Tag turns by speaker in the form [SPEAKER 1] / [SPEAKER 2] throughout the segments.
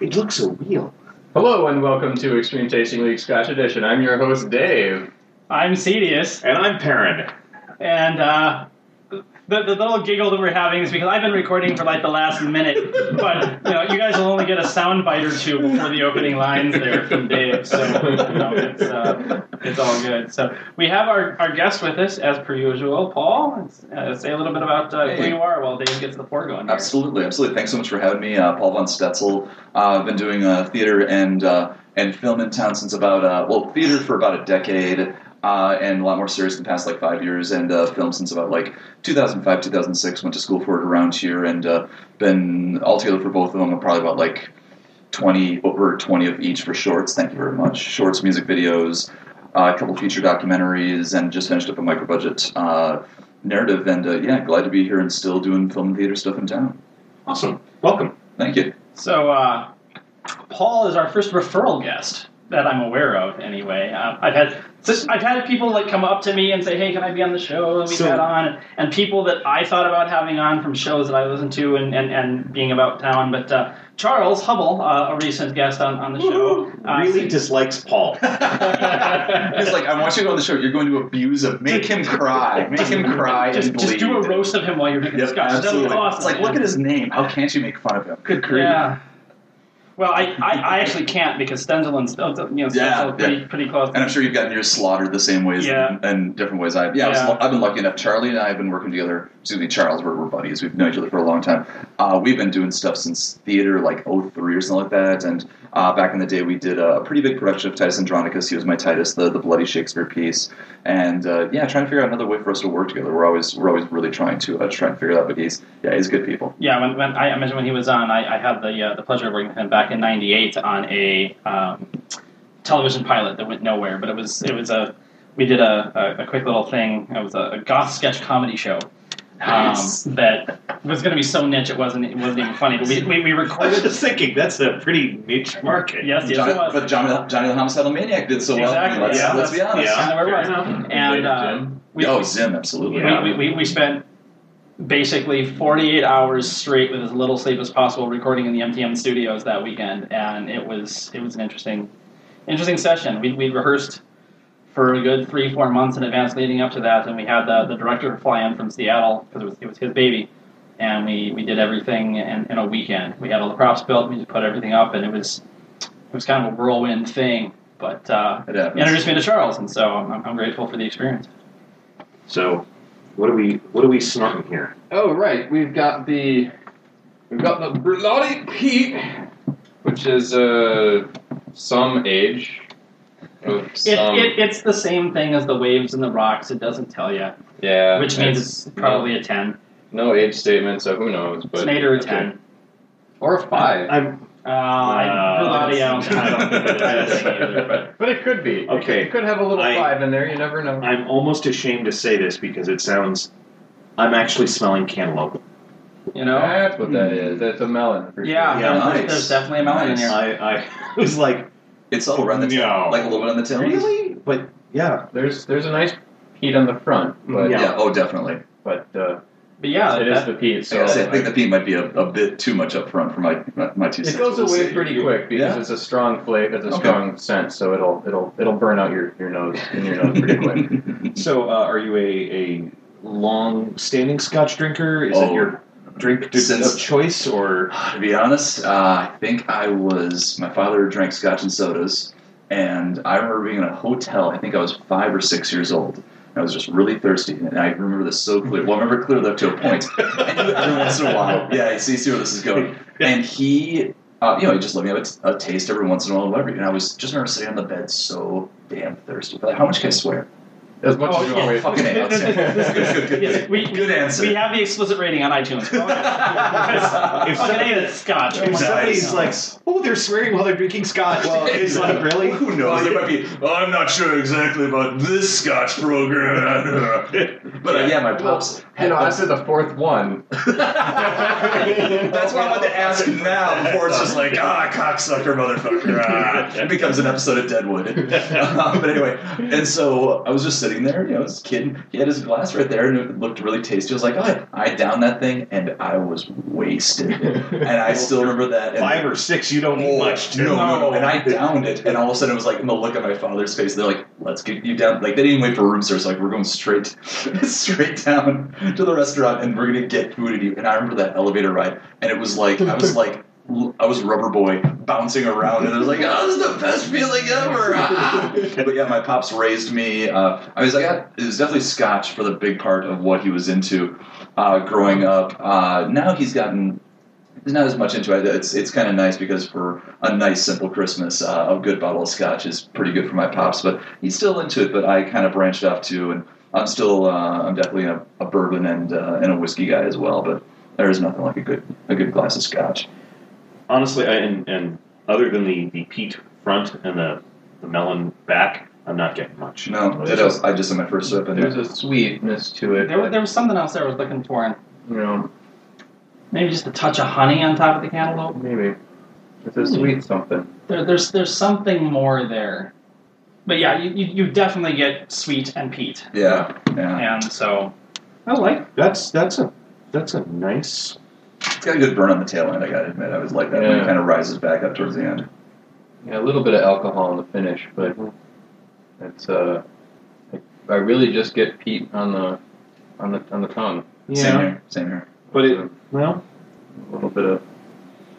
[SPEAKER 1] It looks so real.
[SPEAKER 2] Hello and welcome to Extreme Tasting League Scotch Edition. I'm your host Dave.
[SPEAKER 3] I'm Cedius,
[SPEAKER 4] And I'm Perrin.
[SPEAKER 3] and uh, the, the little giggle that we're having is because I've been recording for like the last minute, but you know, you guys will only get a sound bite or two before the opening lines there from Dave, so you know, it's, uh, it's all good. So we have our, our guest with us as per usual, Paul. Uh, say a little bit about uh, who
[SPEAKER 5] Hey.
[SPEAKER 3] you are while Dave gets the pour going. here.
[SPEAKER 5] Absolutely, absolutely. Thanks so much for having me, uh, Paul von Stetzel. Uh, I've been doing uh, theater and uh, and film in town since about uh, well, theater for about a decade, uh, and a lot more serious in the past like five years, and uh, film since about like 2005, 2006. Went to school for it around here, and uh, been altogether for both of them probably about like 20 over 20 of each for shorts. Thank you very much. Shorts, music videos, uh, a couple feature documentaries, and just finished up a micro budget. Uh, Narrative and uh, yeah, glad to be here and still doing film and theater stuff in town.
[SPEAKER 4] Awesome. Welcome.
[SPEAKER 5] Thank you.
[SPEAKER 3] So, uh, Paul is our first referral guest that I'm aware of. Anyway, uh, I've had just, I've had people like come up to me and say, "Hey, can I be on the show that we
[SPEAKER 1] So-
[SPEAKER 3] had on?" And people that I thought about having on from shows that I listened to and, and, and being about town. But uh, Charles Hubble, uh, a recent guest on, on the show, uh,
[SPEAKER 1] really dislikes Paul.
[SPEAKER 5] He's like, I want you to go on the show. You're going to abuse him. Make him cry. Make him cry
[SPEAKER 3] just,
[SPEAKER 5] and
[SPEAKER 3] just
[SPEAKER 5] bleed.
[SPEAKER 3] do a roast of him while you're making
[SPEAKER 5] Yep,
[SPEAKER 3] scotch. That was
[SPEAKER 5] absolutely.
[SPEAKER 3] awesome,
[SPEAKER 5] It's like, look
[SPEAKER 3] man.
[SPEAKER 5] at his name. How can't you make fun of him? Good grief.
[SPEAKER 3] Yeah. Well, I, I, I actually can't because Stenzel and Stenzel, you know, Stenzel
[SPEAKER 5] Yeah,
[SPEAKER 3] are pretty, pretty close.
[SPEAKER 5] And I'm sure you've gotten yours slaughtered the same ways
[SPEAKER 3] Yeah.
[SPEAKER 5] and, and different ways I have. Yeah, I was,
[SPEAKER 3] Yeah.
[SPEAKER 5] I've been lucky enough. Charlie and I have been working together. Excuse me, Charles, we're, we're buddies. We've known each other for a long time. Uh, we've been doing stuff since theater, like 03 or something like that. And uh, back in the day, we did a pretty big production of Titus Andronicus. He was my Titus, the, the bloody Shakespeare piece. And uh, yeah, trying to figure out another way for us to work together. We're always we're always really trying to uh, try and figure it out. But he's yeah, he's good people.
[SPEAKER 3] Yeah, when, when I I mentioned when he was on, I, I had the uh, the pleasure of working with him back in '98 on a um, television pilot that went nowhere. But it was it was a we did a, a, a quick little thing. It was a, a goth sketch comedy show
[SPEAKER 1] Nice.
[SPEAKER 3] um, that was going to be so niche it wasn't it wasn't even funny. But we, we, we
[SPEAKER 1] I was
[SPEAKER 3] recorded.
[SPEAKER 1] just thinking that's a pretty niche market.
[SPEAKER 3] Yes, yes,
[SPEAKER 5] Johnny,
[SPEAKER 3] it was.
[SPEAKER 5] but Johnny, Johnny the Homicidal Maniac did so well. I mean,
[SPEAKER 3] Exactly,
[SPEAKER 5] let's,
[SPEAKER 1] yeah.
[SPEAKER 5] let's be honest.
[SPEAKER 3] That's kind of where it
[SPEAKER 4] Fair
[SPEAKER 3] was.
[SPEAKER 4] enough.
[SPEAKER 3] And
[SPEAKER 2] Later,
[SPEAKER 3] uh,
[SPEAKER 2] Jim.
[SPEAKER 3] we,
[SPEAKER 5] oh, Zim, absolutely.
[SPEAKER 4] Yeah.
[SPEAKER 3] we, we, we, we spent basically 48 hours straight with as little sleep as possible recording in the MTM studios that weekend, and it was it was an interesting interesting session. We we rehearsed for a good three four months in advance leading up to that, and we had the, the director fly in from Seattle because it was it was his baby, and we, we did everything in, in a weekend. We had all the props built, we just put everything up, and it was it was kind of a whirlwind thing. But uh,
[SPEAKER 5] It
[SPEAKER 3] it
[SPEAKER 5] happens.
[SPEAKER 3] introduced me to Charles, and so I'm, I'm grateful for the experience.
[SPEAKER 4] So, what are we what are we snorting here?
[SPEAKER 2] Oh right, we've got the we've got the Bloody Pete, which is uh some age of
[SPEAKER 3] It,
[SPEAKER 2] some
[SPEAKER 3] it, it's the same thing as the waves and the rocks. It doesn't tell you,
[SPEAKER 2] yeah,
[SPEAKER 3] which means it's probably a ten.
[SPEAKER 2] no, no age statement, so who knows? But
[SPEAKER 3] It's an eight or a
[SPEAKER 2] okay.
[SPEAKER 3] ten.
[SPEAKER 2] or a five,
[SPEAKER 1] I'm
[SPEAKER 3] Uh, I, Pilati, I don't think- I don't think it is. I don't think either, but-
[SPEAKER 2] but it could be. It
[SPEAKER 4] Okay.
[SPEAKER 2] could- it could have a little
[SPEAKER 4] I-
[SPEAKER 2] five in there. You never know.
[SPEAKER 4] I'm almost ashamed to say this because it sounds. I'm actually smelling cantaloupe.
[SPEAKER 3] you know,
[SPEAKER 2] That's what that is. That's a melon. for
[SPEAKER 3] yeah,
[SPEAKER 2] sure.
[SPEAKER 5] Yeah,
[SPEAKER 3] there's,
[SPEAKER 5] nice.
[SPEAKER 3] there's definitely a melon in
[SPEAKER 5] Nice.
[SPEAKER 3] here.
[SPEAKER 4] I, I was like,
[SPEAKER 5] It's all around the tail,
[SPEAKER 4] No.
[SPEAKER 5] like a little bit on the tail.
[SPEAKER 4] really? But yeah,
[SPEAKER 2] There's there's a nice peat on the front, but
[SPEAKER 5] Yeah.
[SPEAKER 4] Yeah.
[SPEAKER 5] Oh, definitely.
[SPEAKER 2] but uh,
[SPEAKER 3] But yeah,
[SPEAKER 2] it is
[SPEAKER 3] that-
[SPEAKER 2] the peat. So
[SPEAKER 5] I, gotta say, I think the theme might be a, a bit too much up front for my my, my two
[SPEAKER 2] it
[SPEAKER 5] cents.
[SPEAKER 2] goes
[SPEAKER 5] We'll
[SPEAKER 2] away
[SPEAKER 5] see.
[SPEAKER 2] pretty quick because
[SPEAKER 5] Yeah.
[SPEAKER 2] it's a strong flavor. It's a
[SPEAKER 5] Okay.
[SPEAKER 2] strong scent, so it'll it'll it'll burn out your, your nose in your nose pretty quick.
[SPEAKER 4] So, uh, are you a, a long standing Scotch drinker? Is
[SPEAKER 5] Oh.
[SPEAKER 4] it your drink to,
[SPEAKER 5] Since-
[SPEAKER 4] of choice or?
[SPEAKER 5] to be honest, uh, I think I was. My father drank scotch and sodas, and I remember being in a hotel. I think I was five or six years old. and I was just really thirsty, and I remember this so clear. Well, I remember it clearly up to a point. I knew it every once in a while. Yeah, I see, see where this is going. And he, uh, you know, he just let me have a, t- a taste every once in a while, whatever. And I was just remember sitting on the bed so damn thirsty. But how much can I swear?
[SPEAKER 2] As much
[SPEAKER 3] Oh,
[SPEAKER 2] as you
[SPEAKER 3] yeah.
[SPEAKER 2] always
[SPEAKER 5] Fucking A. I'll say it.
[SPEAKER 2] This- this-
[SPEAKER 5] Good, good,
[SPEAKER 3] Yes,
[SPEAKER 5] good.
[SPEAKER 3] we-
[SPEAKER 5] Good answer.
[SPEAKER 3] we have the explicit rating on iTunes. Oh, yeah.
[SPEAKER 4] If
[SPEAKER 3] Fucking
[SPEAKER 4] somebody-
[SPEAKER 3] A, that's scotch. Oh,
[SPEAKER 4] If
[SPEAKER 3] my
[SPEAKER 4] somebody's
[SPEAKER 3] God.
[SPEAKER 4] like, oh, they're swearing while they're drinking Scotch.
[SPEAKER 5] Uh, Well,
[SPEAKER 4] it's like really.
[SPEAKER 5] Who knows? There might be. "Oh, I'm not sure exactly about this Scotch program, but uh, yeah, my pops,
[SPEAKER 2] You know, after the fourth one,
[SPEAKER 5] That's why I wanted to ask now before it's just like, ah, cocksucker, motherfucker. Ah. It becomes an episode of Deadwood. Um, but anyway, and so I was just sitting there, you know, this kid, he had his glass right there and it looked really tasty. I was like, oh, I downed that thing and I was wasted. And I still remember that. And
[SPEAKER 1] Five or six, you don't
[SPEAKER 4] Oh,
[SPEAKER 1] need much to.
[SPEAKER 5] Oh, no, no, no. And I downed it, and all of a sudden it was like in the look on my father's face. They're like, "Let's get you down." Like they didn't even wait for room service. Like we're going straight, straight down to the restaurant, and we're gonna get food and eat. And I remember that elevator ride, and it was like I was like. l- I was rubber boy bouncing around, and I was like, "Oh, this is the best feeling ever!" Ah. But yeah, my pops raised me. Uh, I was, I got it was definitely Scotch for the big part of what he was into uh, growing up. Uh, now he's gotten there's not as much into it. It's it's kind of nice because for a nice simple Christmas, uh, a good bottle of scotch is pretty good for my pops. But he's still into it. But I kind of branched off too, and I'm still uh, I'm definitely a, a bourbon and uh, and a whiskey guy as well. But there is nothing like a good a good glass of scotch.
[SPEAKER 4] Honestly, I, and, and other than the, the peat front and the, the melon back, I'm not getting much.
[SPEAKER 5] No, that was, I just in my first sip. And
[SPEAKER 2] there's a sweetness to it.
[SPEAKER 3] There, was- there was something else there I was looking for, and
[SPEAKER 2] you know,
[SPEAKER 3] maybe just a touch of honey on top of the cantaloupe.
[SPEAKER 2] maybe it's a sweet something.
[SPEAKER 3] There, there's there's something more there. But yeah, you, you, you definitely get sweet and peat,
[SPEAKER 5] yeah, yeah,
[SPEAKER 3] and so I like.
[SPEAKER 4] That's that's a that's a nice.
[SPEAKER 5] it's got a good burn on the tail end. I gotta admit, I was like that. when It
[SPEAKER 2] Yeah.
[SPEAKER 5] kind of rises back up towards the end.
[SPEAKER 2] Yeah, a little bit of alcohol in the finish, but it's uh, I really just get peat on the on the on the tongue.
[SPEAKER 5] Same here, same here.
[SPEAKER 4] but it well,
[SPEAKER 2] a little bit of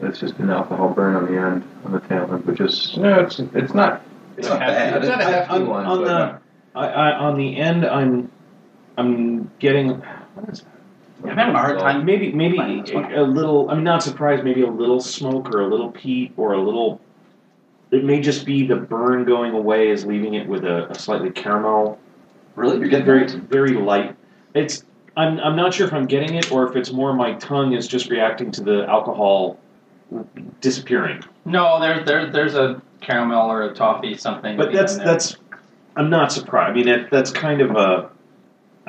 [SPEAKER 2] it's just an alcohol burn on the end on the tail end, which is no, it's it's not
[SPEAKER 5] It's not
[SPEAKER 2] hefty.
[SPEAKER 5] bad.
[SPEAKER 2] It's not a
[SPEAKER 4] I-
[SPEAKER 2] hefty
[SPEAKER 4] on-
[SPEAKER 2] one.
[SPEAKER 4] on
[SPEAKER 2] but
[SPEAKER 4] the- I, I on the end, I'm I'm getting what is
[SPEAKER 3] I'm having a hard time.
[SPEAKER 4] Maybe maybe
[SPEAKER 3] Fine, that's fine.
[SPEAKER 4] a little. I'm not surprised. Maybe a little smoke or a little peat or a little. It may just be the burn going away is leaving it with a, a slightly caramel,
[SPEAKER 5] Really, you're getting
[SPEAKER 4] very
[SPEAKER 5] very
[SPEAKER 4] very light. It's. I'm, I'm not sure if I'm getting it or if it's more my tongue is just reacting to the alcohol disappearing.
[SPEAKER 3] No, there, there there's a caramel or a toffee something.
[SPEAKER 4] But that's
[SPEAKER 3] in there.
[SPEAKER 4] that's. I'm not surprised. I mean, that, that's kind of a.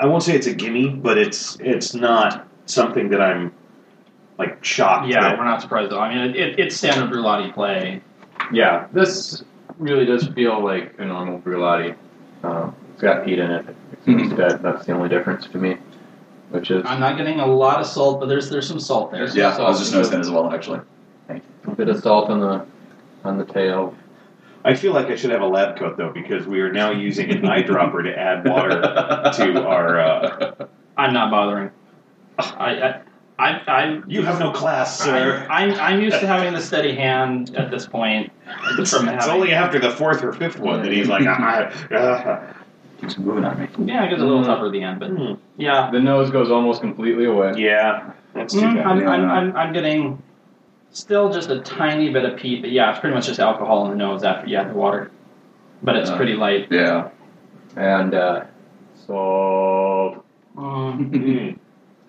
[SPEAKER 4] I won't say it's a gimme, but it's it's not something that I'm like shocked.
[SPEAKER 3] yeah.
[SPEAKER 4] that-
[SPEAKER 3] We're not surprised though. I mean, it, it, it's standard brulati play.
[SPEAKER 2] yeah, this really does feel like a normal brulati. Um, it's got peat in it. It's dead. That's the only difference to me, which is
[SPEAKER 3] I'm not getting a lot of salt, but there's there's some salt there.
[SPEAKER 5] yeah. I was just noticing that as well, actually.
[SPEAKER 2] a bit of salt on the on the tail.
[SPEAKER 4] I feel like I should have a lab coat though, because we are now using an eyedropper to add water to our. Uh,
[SPEAKER 3] I'm not bothering. I I I, I
[SPEAKER 4] you have no class,
[SPEAKER 3] I'm,
[SPEAKER 4] sir.
[SPEAKER 3] I'm, I'm used to having the steady hand at this point.
[SPEAKER 4] It's,
[SPEAKER 3] From
[SPEAKER 4] it's
[SPEAKER 3] having-
[SPEAKER 4] only after the fourth or fifth one that he's like, ah, ah,
[SPEAKER 5] keeps moving on me.
[SPEAKER 3] Yeah, it gets a little
[SPEAKER 2] Mm.
[SPEAKER 3] tougher at the end, but
[SPEAKER 4] hmm,
[SPEAKER 3] yeah.
[SPEAKER 2] The nose goes almost completely away.
[SPEAKER 4] yeah, that's too
[SPEAKER 3] Mm,
[SPEAKER 4] bad.
[SPEAKER 3] I'm,
[SPEAKER 5] Yeah,
[SPEAKER 3] I'm,
[SPEAKER 5] no.
[SPEAKER 3] I'm, I'm getting still just a tiny bit of peat, but yeah, it's pretty much just alcohol in the nose after you add the water. But it's
[SPEAKER 4] Uh.
[SPEAKER 5] Yeah.
[SPEAKER 3] pretty light.
[SPEAKER 5] Yeah.
[SPEAKER 2] And uh, so
[SPEAKER 3] Mm.
[SPEAKER 4] Mm,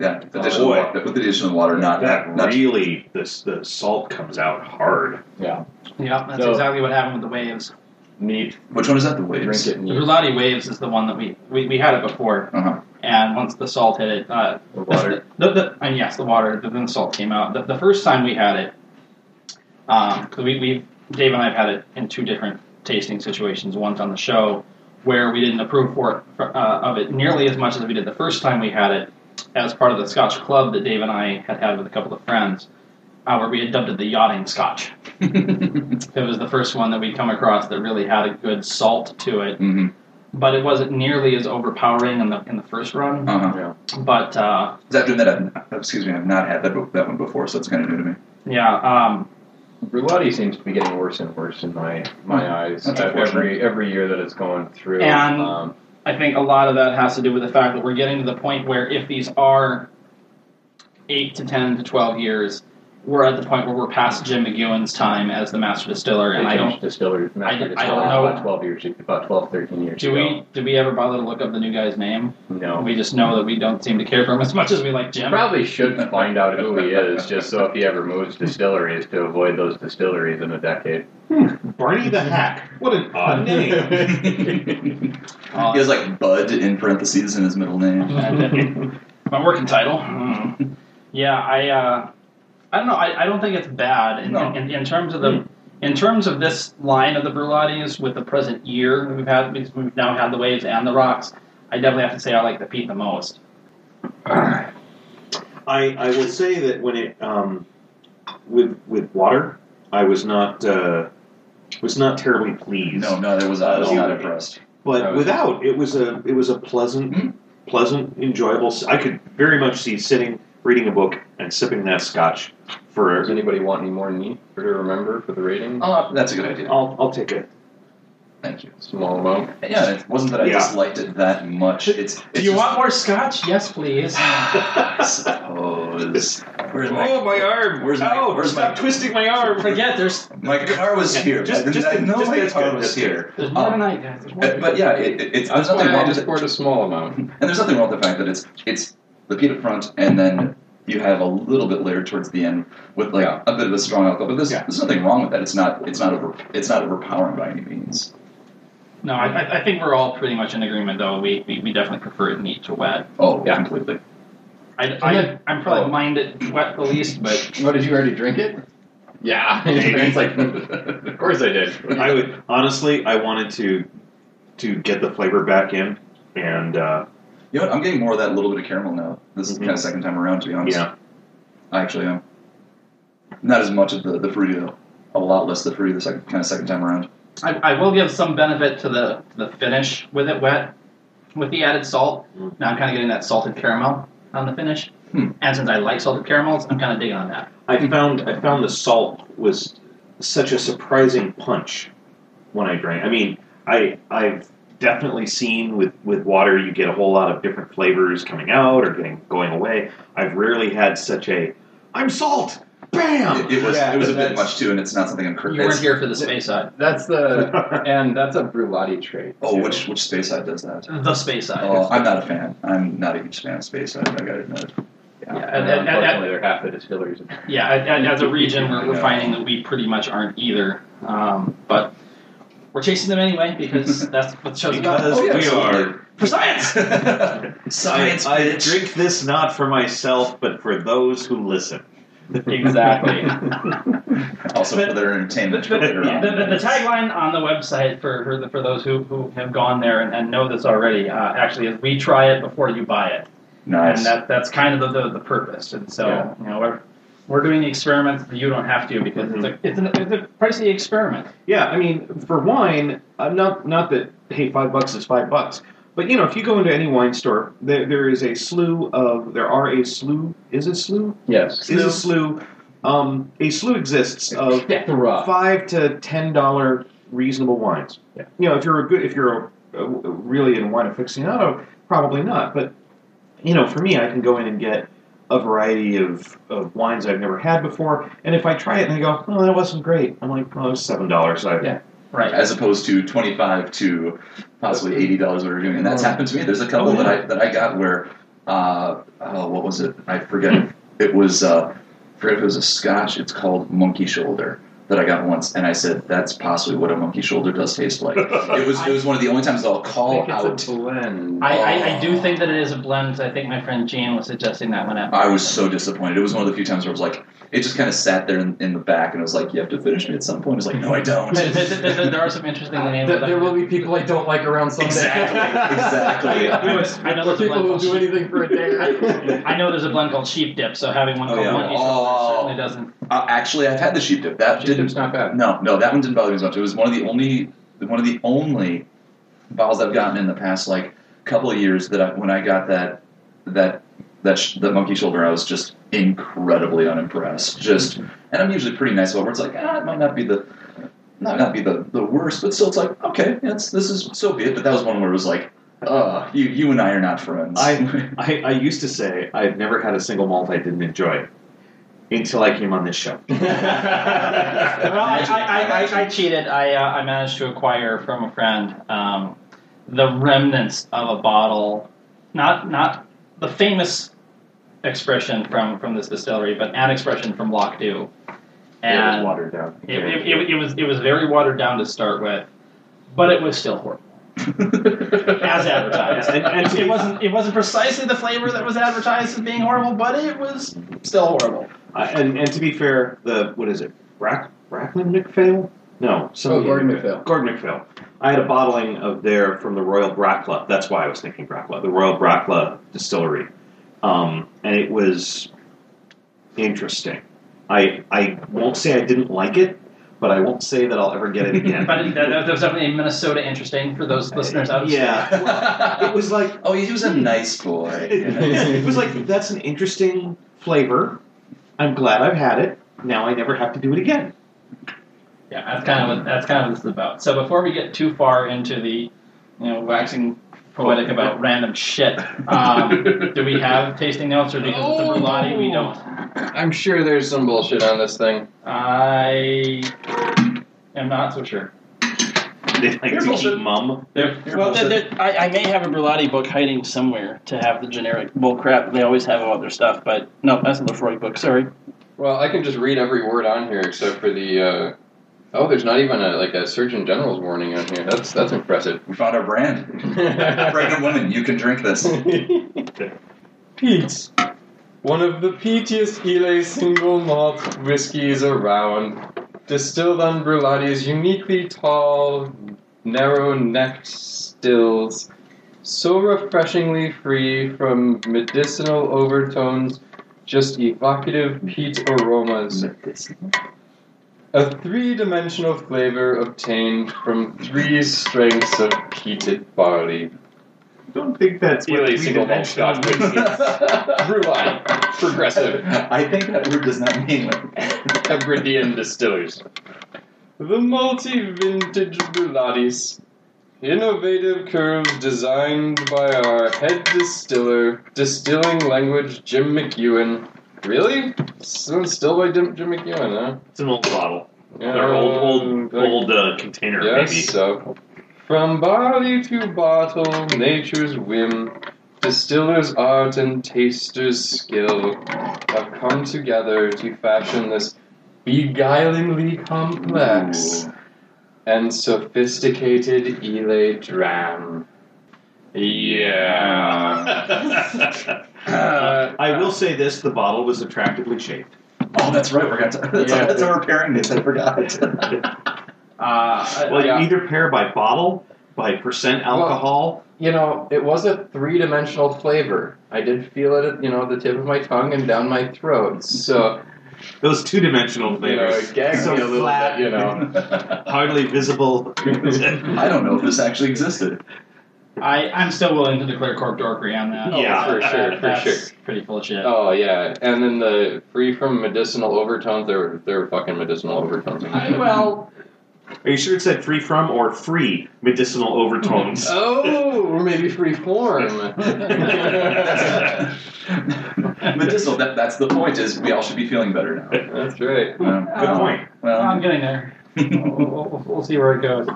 [SPEAKER 5] Yeah, with
[SPEAKER 4] Oh,
[SPEAKER 5] additional
[SPEAKER 4] boy.
[SPEAKER 5] water, with the additional water, not
[SPEAKER 4] that
[SPEAKER 5] not, not
[SPEAKER 4] really, this the salt comes out hard.
[SPEAKER 2] yeah,
[SPEAKER 3] Yeah, that's
[SPEAKER 2] So-
[SPEAKER 3] exactly what happened with the waves.
[SPEAKER 2] neat.
[SPEAKER 5] Which one is that? The
[SPEAKER 2] Drink
[SPEAKER 5] waves.
[SPEAKER 2] it
[SPEAKER 3] The
[SPEAKER 2] neat.
[SPEAKER 3] Brulati waves is the one that we, we, we had it before,
[SPEAKER 5] Uh-huh.
[SPEAKER 3] and once the salt hit it, uh,
[SPEAKER 2] The water.
[SPEAKER 3] The, the, and yes, the water, the, then the salt came out. The, the first time we had it, um, 'cause we, we, Dave and I have had it in two different tasting situations. Once on the show, where we didn't approve for it, for, uh, of it nearly as much as we did the first time we had it, as part of the Scotch Club that Dave and I had had with a couple of friends, uh, where we had dubbed it the yachting Scotch. It was the first one that we'd come across that really had a good salt to it,
[SPEAKER 5] hmm
[SPEAKER 3] but it wasn't nearly as overpowering in the in the first run.
[SPEAKER 5] Uh-huh.
[SPEAKER 2] Yeah.
[SPEAKER 3] But uh,
[SPEAKER 5] After that, I've, excuse me, I've not had that, bo- that one before, so it's kind of new to me.
[SPEAKER 3] Yeah, um,
[SPEAKER 2] Brulati seems to be getting worse and worse in my my eyes
[SPEAKER 5] That's
[SPEAKER 2] Uh,
[SPEAKER 5] unfortunate.
[SPEAKER 2] every every year that it's going through.
[SPEAKER 3] And-
[SPEAKER 2] um,
[SPEAKER 3] I think a lot of that has to do with the fact that we're getting to the point where if these are eight to ten to twelve years, we're at the point where we're past Jim McEwen's time as the master distiller, and
[SPEAKER 2] they
[SPEAKER 3] I don't.
[SPEAKER 2] changed distiller, master
[SPEAKER 3] I don't
[SPEAKER 2] distiller
[SPEAKER 3] know.
[SPEAKER 2] about twelve years, about 12, 13 years
[SPEAKER 3] Do
[SPEAKER 2] ago.
[SPEAKER 3] we? Did we ever bother to look up the new guy's name?
[SPEAKER 2] No.
[SPEAKER 3] We just know that we don't seem to care for him as much as we like Jim.
[SPEAKER 2] Probably should find out who he is, just so if he ever moves distilleries, to avoid those distilleries in a decade.
[SPEAKER 4] Barney the Hack. What an odd name.
[SPEAKER 5] he has like Bud in parentheses in his middle name.
[SPEAKER 3] Uh, And then- my working title. Hmm. Yeah, I uh, I don't know. I, I don't think it's bad in,
[SPEAKER 5] No.
[SPEAKER 3] in, in terms of the in terms of this line of the Brulattis with the present year that we've had because we've now had the waves and the rocks. I definitely have to say I like the Pete the most.
[SPEAKER 4] I, I will say that when it um, with with water, I was not uh, was not terribly pleased.
[SPEAKER 5] No, no, that was I was not impressed.
[SPEAKER 4] But
[SPEAKER 2] No.
[SPEAKER 4] without, it was a it was a pleasant,
[SPEAKER 5] Mhm.
[SPEAKER 4] pleasant, enjoyable. s- I could very much see sitting, reading a book, and sipping that scotch
[SPEAKER 2] Does
[SPEAKER 4] for.
[SPEAKER 2] anybody want any more neat for to remember for the rating?
[SPEAKER 5] Oh, that's a good idea.
[SPEAKER 4] I'll I'll take it.
[SPEAKER 5] Thank you.
[SPEAKER 2] Small amount.
[SPEAKER 5] Yeah, it wasn't that I
[SPEAKER 4] Yeah.
[SPEAKER 5] disliked it that much. It's, it's
[SPEAKER 3] Do you
[SPEAKER 5] just-
[SPEAKER 3] want more scotch? Yes, please.
[SPEAKER 5] I suppose. Where's my?
[SPEAKER 4] Oh, my arm!
[SPEAKER 5] Where's my-
[SPEAKER 4] Oh,
[SPEAKER 5] where's my-
[SPEAKER 4] stop twisting my arm!
[SPEAKER 3] Forget there's
[SPEAKER 5] My guitar was
[SPEAKER 4] Yeah,
[SPEAKER 5] here.
[SPEAKER 4] just-
[SPEAKER 5] I, didn't-
[SPEAKER 4] just-
[SPEAKER 5] I know
[SPEAKER 4] just
[SPEAKER 5] my
[SPEAKER 4] that's
[SPEAKER 5] guitar
[SPEAKER 4] good,
[SPEAKER 5] was
[SPEAKER 4] that's
[SPEAKER 5] here.
[SPEAKER 3] there's more
[SPEAKER 5] Um,
[SPEAKER 3] tonight, guys. There's more.
[SPEAKER 5] But, but yeah, it, it, it's
[SPEAKER 2] That's
[SPEAKER 5] there's nothing
[SPEAKER 2] why I
[SPEAKER 5] wrong with
[SPEAKER 2] just
[SPEAKER 5] it.
[SPEAKER 2] poured a small amount.
[SPEAKER 5] And there's nothing wrong with the fact that it's it's the peat up front, and then you have a little bit later towards the end with like
[SPEAKER 2] Yeah.
[SPEAKER 5] a bit of a strong alcohol. But there's,
[SPEAKER 4] Yeah.
[SPEAKER 5] there's nothing wrong with that. It's not it's not over it's not overpowering by any means.
[SPEAKER 3] No, I, I- I think we're all pretty much in agreement, though. We, we, we definitely prefer it neat to wet.
[SPEAKER 5] Oh,
[SPEAKER 2] Yeah.
[SPEAKER 5] completely.
[SPEAKER 3] I, I, I'm probably mind it wet the least, but
[SPEAKER 2] What did you already drink it? Yeah. it's like, of course I did.
[SPEAKER 4] I would honestly, I wanted to to get the flavor back in, and uh,
[SPEAKER 5] You know what? I'm getting more of that little bit of caramel now. This is
[SPEAKER 4] Mhm.
[SPEAKER 5] kind of second time around, to be honest.
[SPEAKER 4] yeah,
[SPEAKER 5] I actually am. Not as much of the the fruity though. A lot less the fruity the second kind of second time around.
[SPEAKER 3] I, I will give some benefit to the to the finish with it wet, with the added salt.
[SPEAKER 4] Mm.
[SPEAKER 3] Now I'm kind of getting that salted caramel on the finish,
[SPEAKER 5] Hmm.
[SPEAKER 3] and since I like salted caramels, I'm kind of digging on that.
[SPEAKER 4] I found I found the salt was such a surprising punch when I drank. I mean, I I've definitely seen with with water you get a whole lot of different flavors coming out or getting going away. I've rarely had such a I'm salt, bam.
[SPEAKER 5] It, it was
[SPEAKER 2] Yeah,
[SPEAKER 5] it was a
[SPEAKER 2] but
[SPEAKER 5] bit
[SPEAKER 2] that's-
[SPEAKER 5] much too, and it's not something I'm cur-
[SPEAKER 3] You weren't
[SPEAKER 5] it's-
[SPEAKER 3] here for the space side.
[SPEAKER 2] That's the, and that's a brulati trait.
[SPEAKER 5] Oh,
[SPEAKER 2] too.
[SPEAKER 5] which which space side does that?
[SPEAKER 3] The space side.
[SPEAKER 5] Oh, I'm not a fan. I'm not a huge fan of space side. I gotta admit.
[SPEAKER 2] Yeah.
[SPEAKER 3] Yeah,
[SPEAKER 2] and
[SPEAKER 3] and- and-
[SPEAKER 2] unfortunately, they're half the distilleries.
[SPEAKER 3] Yeah, a- a- as a region, we're, we're
[SPEAKER 2] Yeah.
[SPEAKER 3] finding that we pretty much aren't either. Um, but we're chasing them anyway because that's what the show's about.
[SPEAKER 4] Because
[SPEAKER 5] Oh, yeah,
[SPEAKER 4] we
[SPEAKER 5] absolutely.
[SPEAKER 4] are.
[SPEAKER 3] For science!
[SPEAKER 5] Science,
[SPEAKER 4] I, I
[SPEAKER 5] bitch.
[SPEAKER 4] drink this not for myself, but for those who listen.
[SPEAKER 3] Exactly.
[SPEAKER 5] Also
[SPEAKER 3] But-
[SPEAKER 5] for their entertainment.
[SPEAKER 3] The,
[SPEAKER 5] later on.
[SPEAKER 3] the- the tagline on the website for for, the, for those who, who have gone there and, and know this already uh, actually is "We try it before you buy it,"
[SPEAKER 5] Nice.
[SPEAKER 3] and that that's kind of the, the, the purpose. And so
[SPEAKER 2] Yeah.
[SPEAKER 3] you know we're we're doing the experiments that you don't have to because
[SPEAKER 5] Mm-hmm.
[SPEAKER 3] it's, a, it's, an, it's a pricey experiment.
[SPEAKER 4] Yeah, I mean, for wine, i not not that hey, five bucks is five bucks, but you know, if you go into any wine store, there, there is a slew of there are a slew. Is it slew?
[SPEAKER 2] Yes.
[SPEAKER 4] Is a slew? Um, a slew exists of
[SPEAKER 2] Plethora.
[SPEAKER 4] five to ten dollar reasonable wines.
[SPEAKER 2] Yeah.
[SPEAKER 4] You know, if you're a good, if you're a, a, really in wine aficionado, probably not. But you know, for me, I can go in and get a variety of, of wines I've never had before, and if I try it and I go, oh, that wasn't great, I'm like, well, it was seven dollars. I
[SPEAKER 2] Yeah.
[SPEAKER 3] Right.
[SPEAKER 5] As opposed to twenty five to possibly eighty dollars a review, and that's happened to me. There's a couple
[SPEAKER 4] Oh, yeah.
[SPEAKER 5] that I that I got where, uh, oh, what was it? I forget. It was uh, forget if it was a Scotch. It's called Monkey Shoulder that I got once, and I said that's possibly what a monkey shoulder does taste like. it was it was one of the only times I'll call
[SPEAKER 2] I think
[SPEAKER 5] out.
[SPEAKER 2] it's a blend.
[SPEAKER 3] I, I, I do think that it is a blend. 'cause I think my friend Gene was suggesting that one out.
[SPEAKER 5] I was so disappointed. It was one of the few times where I was like, it just kind of sat there in, in the back, and I was like, you have to finish me at some point. I was like, no, I don't.
[SPEAKER 3] There, there- there- there are some interesting names.
[SPEAKER 2] Th- there will be people I don't like around someday.
[SPEAKER 5] Exactly, exactly.
[SPEAKER 3] I know- I know
[SPEAKER 2] Or
[SPEAKER 3] there's a
[SPEAKER 2] people
[SPEAKER 3] blend
[SPEAKER 2] will
[SPEAKER 3] called
[SPEAKER 2] do
[SPEAKER 3] sheep-
[SPEAKER 2] anything for a dare.
[SPEAKER 3] I know there's a blend called sheep dip, so having one
[SPEAKER 5] Oh,
[SPEAKER 3] called
[SPEAKER 5] yeah.
[SPEAKER 3] monkey shoulder
[SPEAKER 5] Oh.
[SPEAKER 3] certainly doesn't
[SPEAKER 5] Uh, actually, I've had the sheep dip. That
[SPEAKER 2] Sheep
[SPEAKER 5] didn't.
[SPEAKER 2] dip's not bad.
[SPEAKER 5] No, no, that one didn't bother me as much. It was one of the only one of the only bottles I've gotten in the past like couple of years that I, when I got that that that sh- the monkey shoulder, I was just incredibly unimpressed. Just, and I'm usually pretty nice about where it's like, ah, it might not be the not not be the, the worst, but still, it's like, okay, it's, this is so be it. But that was one where it was like, uh, you you and I are not friends.
[SPEAKER 4] I- I, I used to say I've never had a single malt I didn't enjoy until I came on this show.
[SPEAKER 3] well, I, I, I, I, I cheated. I, uh, I managed to acquire from a friend um, the remnants of a bottle, not not the famous expression from, from this distillery, but an expression from Loch Dew.
[SPEAKER 4] it was
[SPEAKER 3] And
[SPEAKER 4] watered down.
[SPEAKER 3] it, it, it, it was it was very watered down to start with, but it was still horrible. as advertised.
[SPEAKER 4] And- and-
[SPEAKER 3] it wasn't. It wasn't precisely the flavor that was advertised as being horrible, but it was still horrible.
[SPEAKER 4] Uh, and and to be fair, the what is it? Rack Racklin McPhail? No, some
[SPEAKER 6] Oh, Gordon MacPhail.
[SPEAKER 4] Gordon MacPhail. I had a bottling of there from the Royal Brackla. That's why I was thinking Brackla, the Royal Brackla Distillery, um, and it was interesting. I I won't say I didn't like it, but I won't say that I'll ever get it again.
[SPEAKER 3] But it, that, that was definitely Minnesota interesting for those listeners out.
[SPEAKER 4] yeah, it was like
[SPEAKER 5] oh, he was a nice boy. you know?
[SPEAKER 4] Hmm. it was like that's an interesting flavor. I'm glad I've had it. Now I never have to do it again.
[SPEAKER 3] Yeah, that's kind of what that's kind of what this is about. So before we get too far into the, you know, waxing poetic about random shit, um, do we have tasting notes or because it's a brulati we don't?
[SPEAKER 2] I'm sure there's some bullshit on this thing.
[SPEAKER 3] I am not so sure.
[SPEAKER 4] They like
[SPEAKER 5] You're
[SPEAKER 4] to
[SPEAKER 5] bullshit.
[SPEAKER 4] keep mum.
[SPEAKER 3] There,
[SPEAKER 5] You're
[SPEAKER 7] Well,
[SPEAKER 5] bullshit.
[SPEAKER 7] there- there- I, I may have a Brulati book hiding somewhere to have the generic bull crap they always have about their stuff, but no, that's a Lefroy book. Sorry.
[SPEAKER 2] Well, I can just read every word on here except for the. Uh, oh, there's not even a, like a Surgeon General's warning on here. That's that's impressive.
[SPEAKER 5] We found our brand. Pregnant women, you can drink this.
[SPEAKER 2] Pete's. One of the peatiest Ile single malt whiskies around. Distilled on Brulati's uniquely tall, narrow necked stills. So refreshingly free from medicinal overtones, just evocative peat aromas. A three dimensional flavor obtained from three strengths of peated barley.
[SPEAKER 4] Don't think that's what
[SPEAKER 1] Really
[SPEAKER 4] we
[SPEAKER 1] single malt
[SPEAKER 4] dimensional
[SPEAKER 1] Scotch
[SPEAKER 4] means.
[SPEAKER 1] whiskey.
[SPEAKER 5] I
[SPEAKER 2] Brulati. Progressive.
[SPEAKER 5] think that word does not mean what-
[SPEAKER 1] Hebridean distillers.
[SPEAKER 2] The multi vintage Bulatis. Innovative curves designed by our head distiller, distilling language, Jim McEwen. Really? Still, still by Jim, Jim McEwen, huh?
[SPEAKER 4] It's an old bottle.
[SPEAKER 2] Yeah,
[SPEAKER 4] They're old, old,
[SPEAKER 2] Um, like-
[SPEAKER 4] old uh, container,
[SPEAKER 2] Yes,
[SPEAKER 4] maybe.
[SPEAKER 2] so. From barley to bottle, nature's whim, distiller's art and taster's skill have come together to fashion this beguilingly complex
[SPEAKER 5] Ooh.
[SPEAKER 2] and sophisticated Ile dram. Yeah. Uh,
[SPEAKER 4] I will say this: the bottle was attractively shaped.
[SPEAKER 5] Oh, that's right. We're gonna. T- that's,
[SPEAKER 3] Yeah.
[SPEAKER 5] that's our pairing mix. I forgot.
[SPEAKER 3] Uh,
[SPEAKER 4] Well,
[SPEAKER 2] yeah.
[SPEAKER 4] you either pair by bottle, by percent
[SPEAKER 2] Well-
[SPEAKER 4] alcohol.
[SPEAKER 2] you know, it was a three dimensional flavor. I did feel it, at, you know, the tip of my tongue and down my throat. So,
[SPEAKER 4] Those two-dimensional
[SPEAKER 2] you know,
[SPEAKER 4] flavors,
[SPEAKER 2] it gagged
[SPEAKER 4] so
[SPEAKER 2] me a little
[SPEAKER 4] flat,
[SPEAKER 2] bit, you know.
[SPEAKER 4] hardly visible.
[SPEAKER 5] I don't know if this actually existed.
[SPEAKER 3] I, I'm still willing to declare corp dorkery on that.
[SPEAKER 4] Oh, Yeah.
[SPEAKER 2] for sure, for
[SPEAKER 3] That's
[SPEAKER 2] sure.
[SPEAKER 3] Pretty full of shit.
[SPEAKER 2] Oh yeah, and then the free from medicinal overtones. There were there were fucking medicinal overtones. in there.
[SPEAKER 3] well,
[SPEAKER 4] Are you sure it said free from or free medicinal overtones?
[SPEAKER 2] oh, or maybe free form.
[SPEAKER 4] That's
[SPEAKER 5] Medicinal. That, that's the point. Is we all should be feeling better now.
[SPEAKER 2] That's right.
[SPEAKER 5] Um,
[SPEAKER 4] Good
[SPEAKER 5] well,
[SPEAKER 4] point. Um,
[SPEAKER 3] I'm
[SPEAKER 5] Well,
[SPEAKER 3] getting there. we'll, we'll- we'll see where it goes.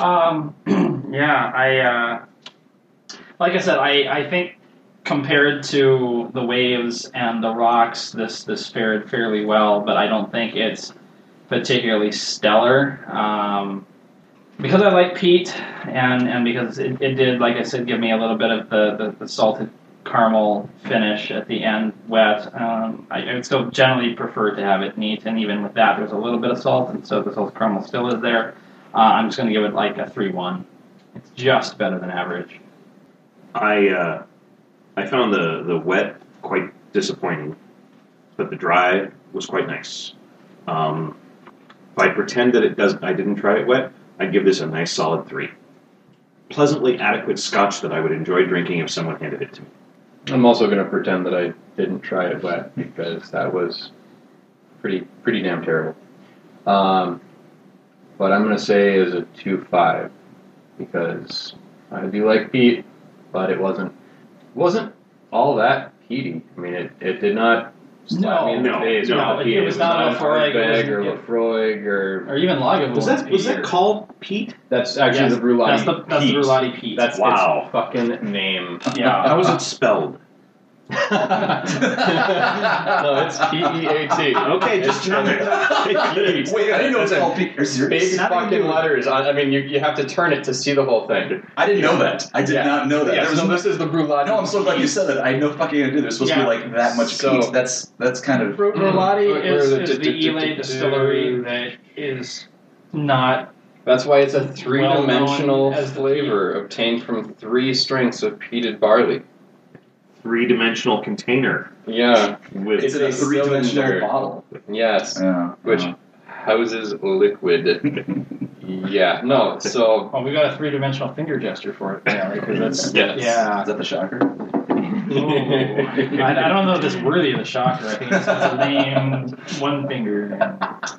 [SPEAKER 3] Um, yeah, I uh, like I said, I, I think compared to the waves and the rocks, this this fared fairly well, but I don't think it's particularly stellar. Um, because I like peat, and and because it, it did, like I said, give me a little bit of the, the, the salted caramel finish at the end, wet. Um, I, I would still generally prefer to have it neat, and even with that, there's a little bit of salt, and so the salted caramel still is there. Uh, I'm just going to give it like a three-one. It's just better than average.
[SPEAKER 4] I uh, I found the the wet quite disappointing, but the dry was quite nice. Um, if I pretend that it doesn't, I didn't try it wet. I'd give this a nice solid three. Pleasantly adequate Scotch that I would enjoy drinking if someone handed it to me.
[SPEAKER 2] I'm also gonna pretend that I didn't try it wet because that was pretty pretty damn terrible. Um, what I'm gonna say is a two five because I do like peat, but it wasn't wasn't all that peaty. I mean, it, it did not slap me in the
[SPEAKER 4] No,
[SPEAKER 2] face.
[SPEAKER 4] no,
[SPEAKER 2] with
[SPEAKER 3] no,
[SPEAKER 2] the
[SPEAKER 3] it
[SPEAKER 2] peat.
[SPEAKER 3] was not
[SPEAKER 2] not
[SPEAKER 3] Lafroig, it
[SPEAKER 2] Ardbeg or
[SPEAKER 3] wasn't-
[SPEAKER 2] Lafroig or
[SPEAKER 3] Or even Lagavulin.
[SPEAKER 4] Was that was that
[SPEAKER 3] Peter.
[SPEAKER 4] called Pete?
[SPEAKER 2] That's actually
[SPEAKER 3] Yes,
[SPEAKER 2] the Brulati.
[SPEAKER 3] That's the that's the
[SPEAKER 2] Peat.
[SPEAKER 3] Brulati peat.
[SPEAKER 2] That's
[SPEAKER 4] Wow.
[SPEAKER 2] its fucking name.
[SPEAKER 3] yeah.
[SPEAKER 4] How was it spelled?
[SPEAKER 2] No, it's P E A T.
[SPEAKER 4] okay, just German. Jeez.
[SPEAKER 5] Wait, I didn't know it's
[SPEAKER 2] It's
[SPEAKER 5] called Pete. Are you serious?
[SPEAKER 2] Big
[SPEAKER 4] Not even
[SPEAKER 2] fucking
[SPEAKER 4] doing-
[SPEAKER 2] letters. On, I mean, you, you have to turn it to see the whole thing.
[SPEAKER 5] I didn't know that. I did
[SPEAKER 2] Yeah.
[SPEAKER 5] not know that.
[SPEAKER 2] Yeah,
[SPEAKER 5] there was
[SPEAKER 2] so
[SPEAKER 5] no,
[SPEAKER 2] this is the brulati.
[SPEAKER 5] no, I'm so glad you said that. I had no fucking idea. There's supposed
[SPEAKER 3] Yeah.
[SPEAKER 5] to be like that much
[SPEAKER 2] So-
[SPEAKER 5] Pete. That's that's kind of
[SPEAKER 3] Bru- Brulati
[SPEAKER 2] Mm.
[SPEAKER 3] Mm-hmm. is,
[SPEAKER 2] Where the-
[SPEAKER 3] is the Elay distillery that is not.
[SPEAKER 2] That's why it's a three-dimensional
[SPEAKER 3] Well known as the
[SPEAKER 2] flavor obtained from three strengths of peated barley.
[SPEAKER 4] Three-dimensional container
[SPEAKER 2] Yeah.
[SPEAKER 4] with
[SPEAKER 5] it's
[SPEAKER 2] It's
[SPEAKER 5] in a
[SPEAKER 2] a
[SPEAKER 5] three dimensional
[SPEAKER 2] cylinder.
[SPEAKER 5] bottle. Uh,
[SPEAKER 2] Yes.
[SPEAKER 5] Yeah.
[SPEAKER 2] Which
[SPEAKER 5] yeah.
[SPEAKER 2] houses liquid. Yeah. No. So.
[SPEAKER 3] Well, we got a three-dimensional finger gesture for it, apparently, because that's
[SPEAKER 2] Yes.
[SPEAKER 3] yeah.
[SPEAKER 5] Is that the shocker?
[SPEAKER 3] Ooh. I, I don't know if it's worthy of the shocker. I think it's, it's a lame one finger.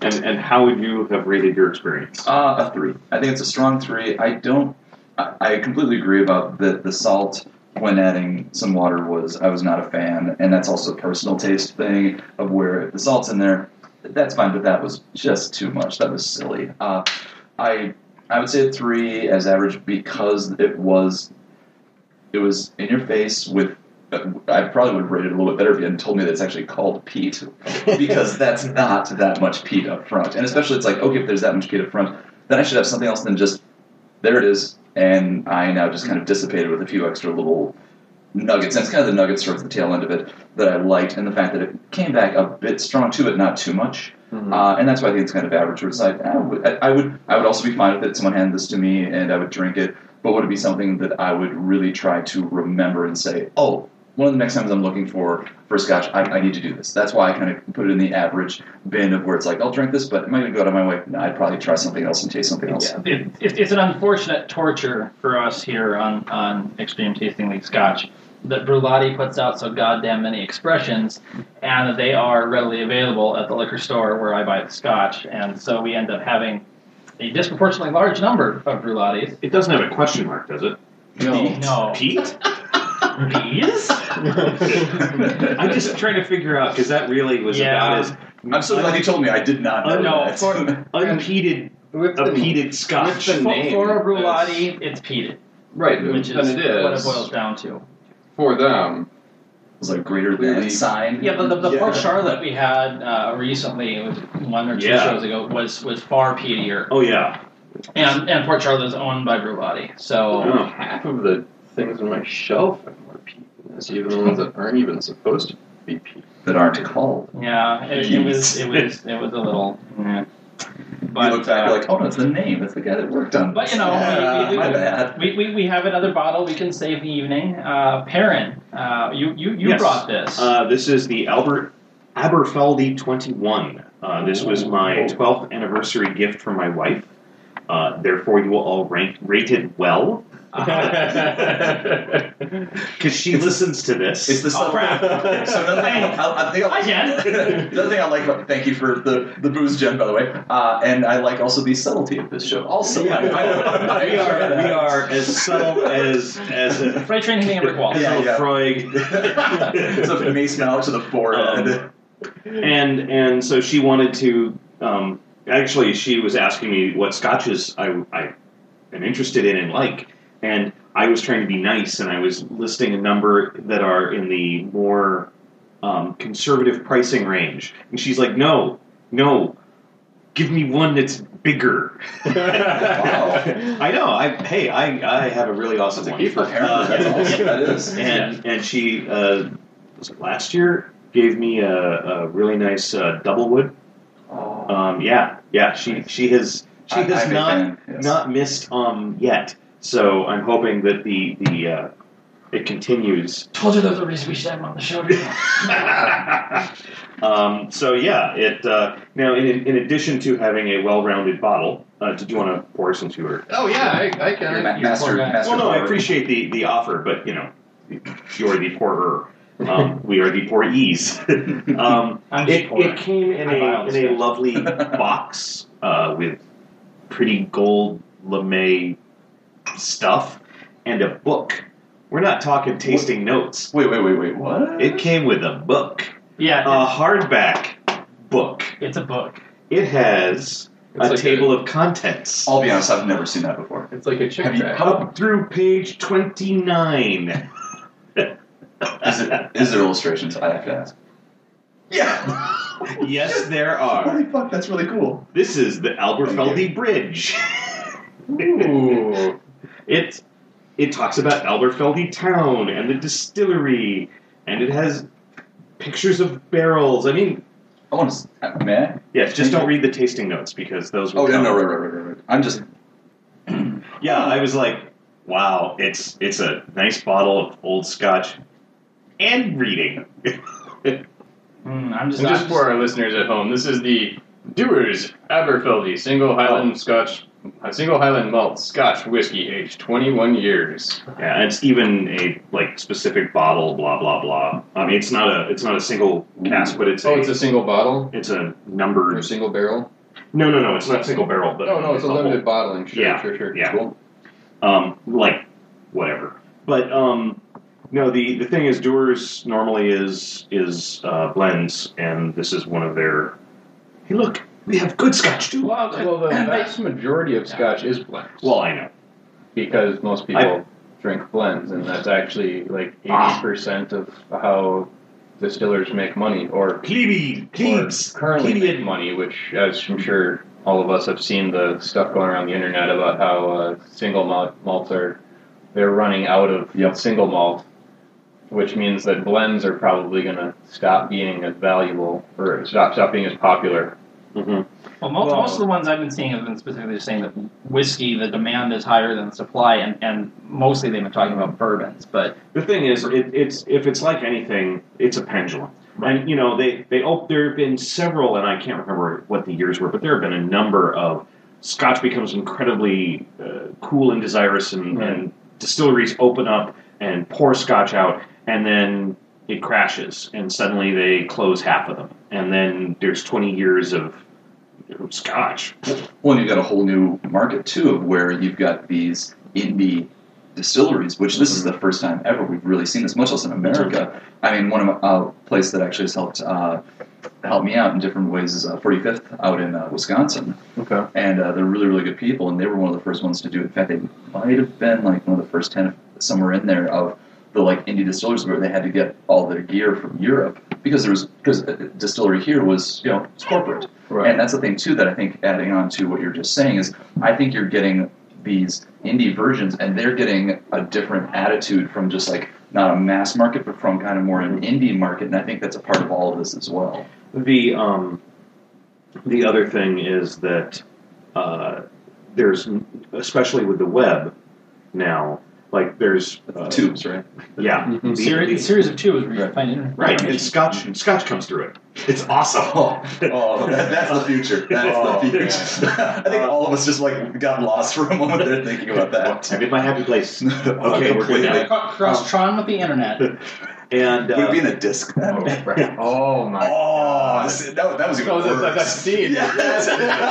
[SPEAKER 4] and, and how would you have rated your experience?
[SPEAKER 5] Uh, a three. I think it's a strong three. I don't. I, I completely agree about the the salt when adding some water was. I was not a fan, and that's also a personal taste thing of where if the salt's in there, that's fine. But that was just too much. That was silly. Uh, I I would say a three as average because it was it was in your face with. I probably would have rated it a little bit better if you hadn't told me that it's actually called Pete because that's not that much peat up front. And especially, it's like, okay, if there's that much peat up front, then I should have something else than just there it is. And I now just kind of dissipated with a few extra little nuggets. And it's kind of the nuggets towards the tail end of it that I liked, and the fact that it came back a bit strong too, but not too much.
[SPEAKER 2] Mhm.
[SPEAKER 5] Uh, and that's why I think it's kind of average. Where it's like, I would, I, I would, I would also be fine with it. Someone handed this to me, and I would drink it. But would it be something that I would really try to remember and say, oh, one of the next times I'm looking for for scotch, I, I need to do this. That's why I kind of put it in the average bin of where it's like, I'll drink this, but am I going to go out of my way? No, I'd probably try something else and taste something else.
[SPEAKER 3] It, it, it's an unfortunate torture for us here on, on Extreme Tasting League Scotch that Brulati puts out so goddamn many expressions and that they are readily available at the liquor store where I buy the scotch. And so we end up having a disproportionately large number of Brulatis.
[SPEAKER 4] It doesn't have a question mark, does it?
[SPEAKER 2] No.
[SPEAKER 3] No.
[SPEAKER 4] Pete?
[SPEAKER 3] Peas?
[SPEAKER 4] I'm just trying to figure out because that really was
[SPEAKER 3] Yeah.
[SPEAKER 4] about as
[SPEAKER 5] I'm so glad you told me. I did not know.
[SPEAKER 4] Oh, no,
[SPEAKER 5] that.
[SPEAKER 4] of course. unpeated,
[SPEAKER 2] With
[SPEAKER 4] a
[SPEAKER 2] the-
[SPEAKER 4] peated
[SPEAKER 2] with
[SPEAKER 4] scotch.
[SPEAKER 2] the name,
[SPEAKER 3] For a
[SPEAKER 2] it's-
[SPEAKER 3] Brulati, it's peated,
[SPEAKER 2] right?
[SPEAKER 3] which is
[SPEAKER 2] and it is
[SPEAKER 3] what it boils down to.
[SPEAKER 2] for them.
[SPEAKER 5] It was like greater than sign.
[SPEAKER 3] Yeah, but the, the
[SPEAKER 2] Yeah.
[SPEAKER 3] Port Charlotte we had uh, recently, it was one or two
[SPEAKER 4] Yeah.
[SPEAKER 3] shows ago, was, was far peatier.
[SPEAKER 4] oh yeah,
[SPEAKER 3] And, and Port Charlotte is owned by Brulati, so
[SPEAKER 4] Oh.
[SPEAKER 2] half of the things on my shelf are more peat than this, even the ones that aren't even supposed to be peat.
[SPEAKER 5] That aren't called.
[SPEAKER 3] yeah, it, it was it was it was a little. eh.
[SPEAKER 5] you
[SPEAKER 3] But
[SPEAKER 5] look back,
[SPEAKER 3] uh,
[SPEAKER 5] you're like, oh no, it's the name. That's the guy that worked on.
[SPEAKER 3] But,
[SPEAKER 5] this.
[SPEAKER 3] you know,
[SPEAKER 5] Yeah,
[SPEAKER 3] we- we-
[SPEAKER 5] my bad.
[SPEAKER 3] we, we, we have another bottle we can save the evening. Uh, Perrin, uh, you you, you
[SPEAKER 4] Yes.
[SPEAKER 3] brought this.
[SPEAKER 4] uh, this is the Albert Aberfeldy 21. Uh, this was my
[SPEAKER 5] Oh.
[SPEAKER 4] 12th anniversary gift from my wife. Uh, therefore, you will all rank rated well because she listens to this.
[SPEAKER 5] It's the sub- So another thing, I, I think
[SPEAKER 3] Oh,
[SPEAKER 5] I'll,
[SPEAKER 3] Hi, Jen.
[SPEAKER 5] another thing I like about thank you for the the booze, Jen. By the way, uh, and I like also the subtlety of this show. Also,
[SPEAKER 4] Yeah.
[SPEAKER 5] I- I- I-
[SPEAKER 4] we are we are as subtle as as a,
[SPEAKER 3] Freight train hitting a brick wall.
[SPEAKER 4] as
[SPEAKER 5] Yeah,
[SPEAKER 4] a
[SPEAKER 5] yeah.
[SPEAKER 4] Freud.
[SPEAKER 5] it's a mace now to the forehead.
[SPEAKER 4] Um, and and so she wanted to. Um, actually, she was asking me what scotches I, I am interested in and like, and I was trying to be nice, and I was listing a number that are in the more um, conservative pricing range, and she's like, "No, no, give me one that's bigger." I know. I hey, I I have a really awesome
[SPEAKER 2] That's a
[SPEAKER 4] one.
[SPEAKER 2] keeper.
[SPEAKER 5] Apparently, that's
[SPEAKER 4] Uh,
[SPEAKER 5] awesome. That is.
[SPEAKER 4] and and she uh, was it last year gave me a, a really nice uh, double wood.
[SPEAKER 5] Oh,
[SPEAKER 4] Um, yeah, yeah. She she has she
[SPEAKER 5] I-
[SPEAKER 4] has
[SPEAKER 5] I'm a
[SPEAKER 4] not
[SPEAKER 5] fan, yes.
[SPEAKER 4] not missed um yet. So I'm hoping that the the uh, it continues.
[SPEAKER 3] Told you there was a reason we should have him on the show.
[SPEAKER 4] Uh,
[SPEAKER 3] today.
[SPEAKER 4] um, so yeah, it uh, now in in addition to having a well-rounded bottle. Uh, did you want to pour some to her?
[SPEAKER 2] oh yeah, I, I
[SPEAKER 5] Ma-
[SPEAKER 2] can. I,
[SPEAKER 5] master,
[SPEAKER 3] format.
[SPEAKER 5] master.
[SPEAKER 4] Well, no, I
[SPEAKER 5] forward.
[SPEAKER 4] appreciate the the offer, but you know, you are the pourer. Um, we are the poor ease. um,
[SPEAKER 3] I'm just
[SPEAKER 4] It,
[SPEAKER 3] poor.
[SPEAKER 4] it came in
[SPEAKER 3] I buy all
[SPEAKER 4] a,
[SPEAKER 3] this
[SPEAKER 4] in a
[SPEAKER 3] stuff.
[SPEAKER 4] lovely box uh, with pretty gold lame stuff and a book. We're not talking tasting notes.
[SPEAKER 5] Wait, wait, wait, wait. What?
[SPEAKER 4] It came with a book,
[SPEAKER 3] yeah,
[SPEAKER 4] a hardback book.
[SPEAKER 3] it's a book.
[SPEAKER 4] It has
[SPEAKER 2] It's
[SPEAKER 4] a
[SPEAKER 2] like
[SPEAKER 4] table of contents
[SPEAKER 5] I'll be honest. I've never seen that before.
[SPEAKER 2] It's like a chick
[SPEAKER 5] Have you-
[SPEAKER 2] track.
[SPEAKER 5] how-
[SPEAKER 4] up through page twenty nine.
[SPEAKER 5] Is there, is there illustrations? I have to ask. Yeah.
[SPEAKER 4] yes, there are.
[SPEAKER 5] Holy fuck, that's really cool.
[SPEAKER 4] This is the Alberfeldy Bridge.
[SPEAKER 2] Ooh.
[SPEAKER 4] It it talks about Alberfeldy Town and the distillery, and it has pictures of barrels. I mean,
[SPEAKER 5] I want to. May I?
[SPEAKER 4] yes, just don't read the tasting notes because those. Will
[SPEAKER 5] Oh no,
[SPEAKER 4] come.
[SPEAKER 5] no, right, right, right, right, right. I'm just.
[SPEAKER 4] Yeah, I was like, wow, it's it's a nice bottle of old Scotch, and reading.
[SPEAKER 3] Mm, I'm just,
[SPEAKER 2] And
[SPEAKER 3] I'm
[SPEAKER 2] just for our listeners at home, this is the Doers Aberfeldy Single Highland Scotch, uh, Single Highland Malt Scotch Whiskey, aged 21 years.
[SPEAKER 4] Yeah, and it's even a like specific bottle, blah blah blah. I mean, it's not a it's not a single cask, but it's
[SPEAKER 2] Oh,
[SPEAKER 4] a
[SPEAKER 2] it's a single bottle
[SPEAKER 4] it's a
[SPEAKER 2] or
[SPEAKER 4] numbered.
[SPEAKER 2] a single barrel?
[SPEAKER 4] No, no, no, it's not single barrel. But
[SPEAKER 2] No, no, it's a
[SPEAKER 4] the whole-
[SPEAKER 2] limited bottling. Sure,
[SPEAKER 4] Yeah.
[SPEAKER 2] sure, sure.
[SPEAKER 4] Yeah.
[SPEAKER 2] Cool.
[SPEAKER 4] um, like whatever. But um, no, the the thing is, Doers normally is is uh, blends, and this is one of their. Hey, look, we have good Scotch too.
[SPEAKER 2] Well, well, the vast majority of Scotch is blends.
[SPEAKER 4] Well, I know.
[SPEAKER 2] because most people
[SPEAKER 4] I-
[SPEAKER 2] drink blends, and that's actually like 80% of how distillers make money, or
[SPEAKER 4] Plebe, plebes,
[SPEAKER 2] or currently
[SPEAKER 4] plebeian.
[SPEAKER 2] make money, which as I'm sure all of us have seen the stuff going around the internet about how uh, single malt malts are they're running out of
[SPEAKER 5] Yep.
[SPEAKER 2] single malt, which means that blends are probably going to stop being as valuable or stop stop being as popular.
[SPEAKER 3] Well, most,
[SPEAKER 2] Well-
[SPEAKER 3] most of the ones I've been seeing have been specifically saying that whiskey, the demand is higher than the supply, and, and mostly they've been talking about bourbons. But
[SPEAKER 4] The thing is, it, it's if it's like anything, it's a pendulum. And you know, they they oh, there have been several, and I can't remember what the years were, but there have been a number of Scotch becomes incredibly uh, cool and desirous, and, and distilleries open up and pour Scotch out, and then it crashes, and suddenly they close half of them, and then there's 20 years of of Scotch.
[SPEAKER 5] Well, and you've got a whole new market too, of where you've got these indie distilleries, which this is the first time ever we've really seen this, much less in America. I mean, one of a uh, place that actually has helped uh, helped me out in different ways is uh, 45th out in uh, Wisconsin,
[SPEAKER 2] Okay.
[SPEAKER 5] and uh, they're really really good people, and they were one of the first ones to do it. In fact, they might have been like one of the first ten of- somewhere in there of the like indie distillers where they had to get all their gear from Europe because there was because uh, distillery here was you know it's corporate.
[SPEAKER 2] Right.
[SPEAKER 5] And that's the thing too that I think adding on to what you're just saying is I think you're getting these indie versions and they're getting a different attitude from just like not a mass market but from kind of more an indie market and I think that's a part of all of this as well.
[SPEAKER 4] The um, the other thing is that uh, there's especially with the web now, like there's
[SPEAKER 5] The
[SPEAKER 4] uh,
[SPEAKER 5] tubes, right?
[SPEAKER 4] Yeah,
[SPEAKER 2] Mhm.
[SPEAKER 4] The-
[SPEAKER 3] series,
[SPEAKER 4] the-
[SPEAKER 3] series of two is where you
[SPEAKER 5] Right.
[SPEAKER 3] find it.
[SPEAKER 4] right, and Scotch Scotch comes through it. It's awesome.
[SPEAKER 5] Oh, oh, that- that's the future. That's
[SPEAKER 2] Oh,
[SPEAKER 5] the future. I think all of us just like got lost for a moment there thinking about that.
[SPEAKER 4] I'm in my happy place. Okay, we're good
[SPEAKER 5] Completely.
[SPEAKER 4] now.
[SPEAKER 3] Cro- Cross Tron with the internet.
[SPEAKER 4] And
[SPEAKER 5] Would it be
[SPEAKER 4] uh,
[SPEAKER 5] in a disc then?
[SPEAKER 2] Oh, right. oh my.
[SPEAKER 5] Oh, see, that, that was even
[SPEAKER 2] Oh,
[SPEAKER 5] worse.
[SPEAKER 2] that- that- that scene.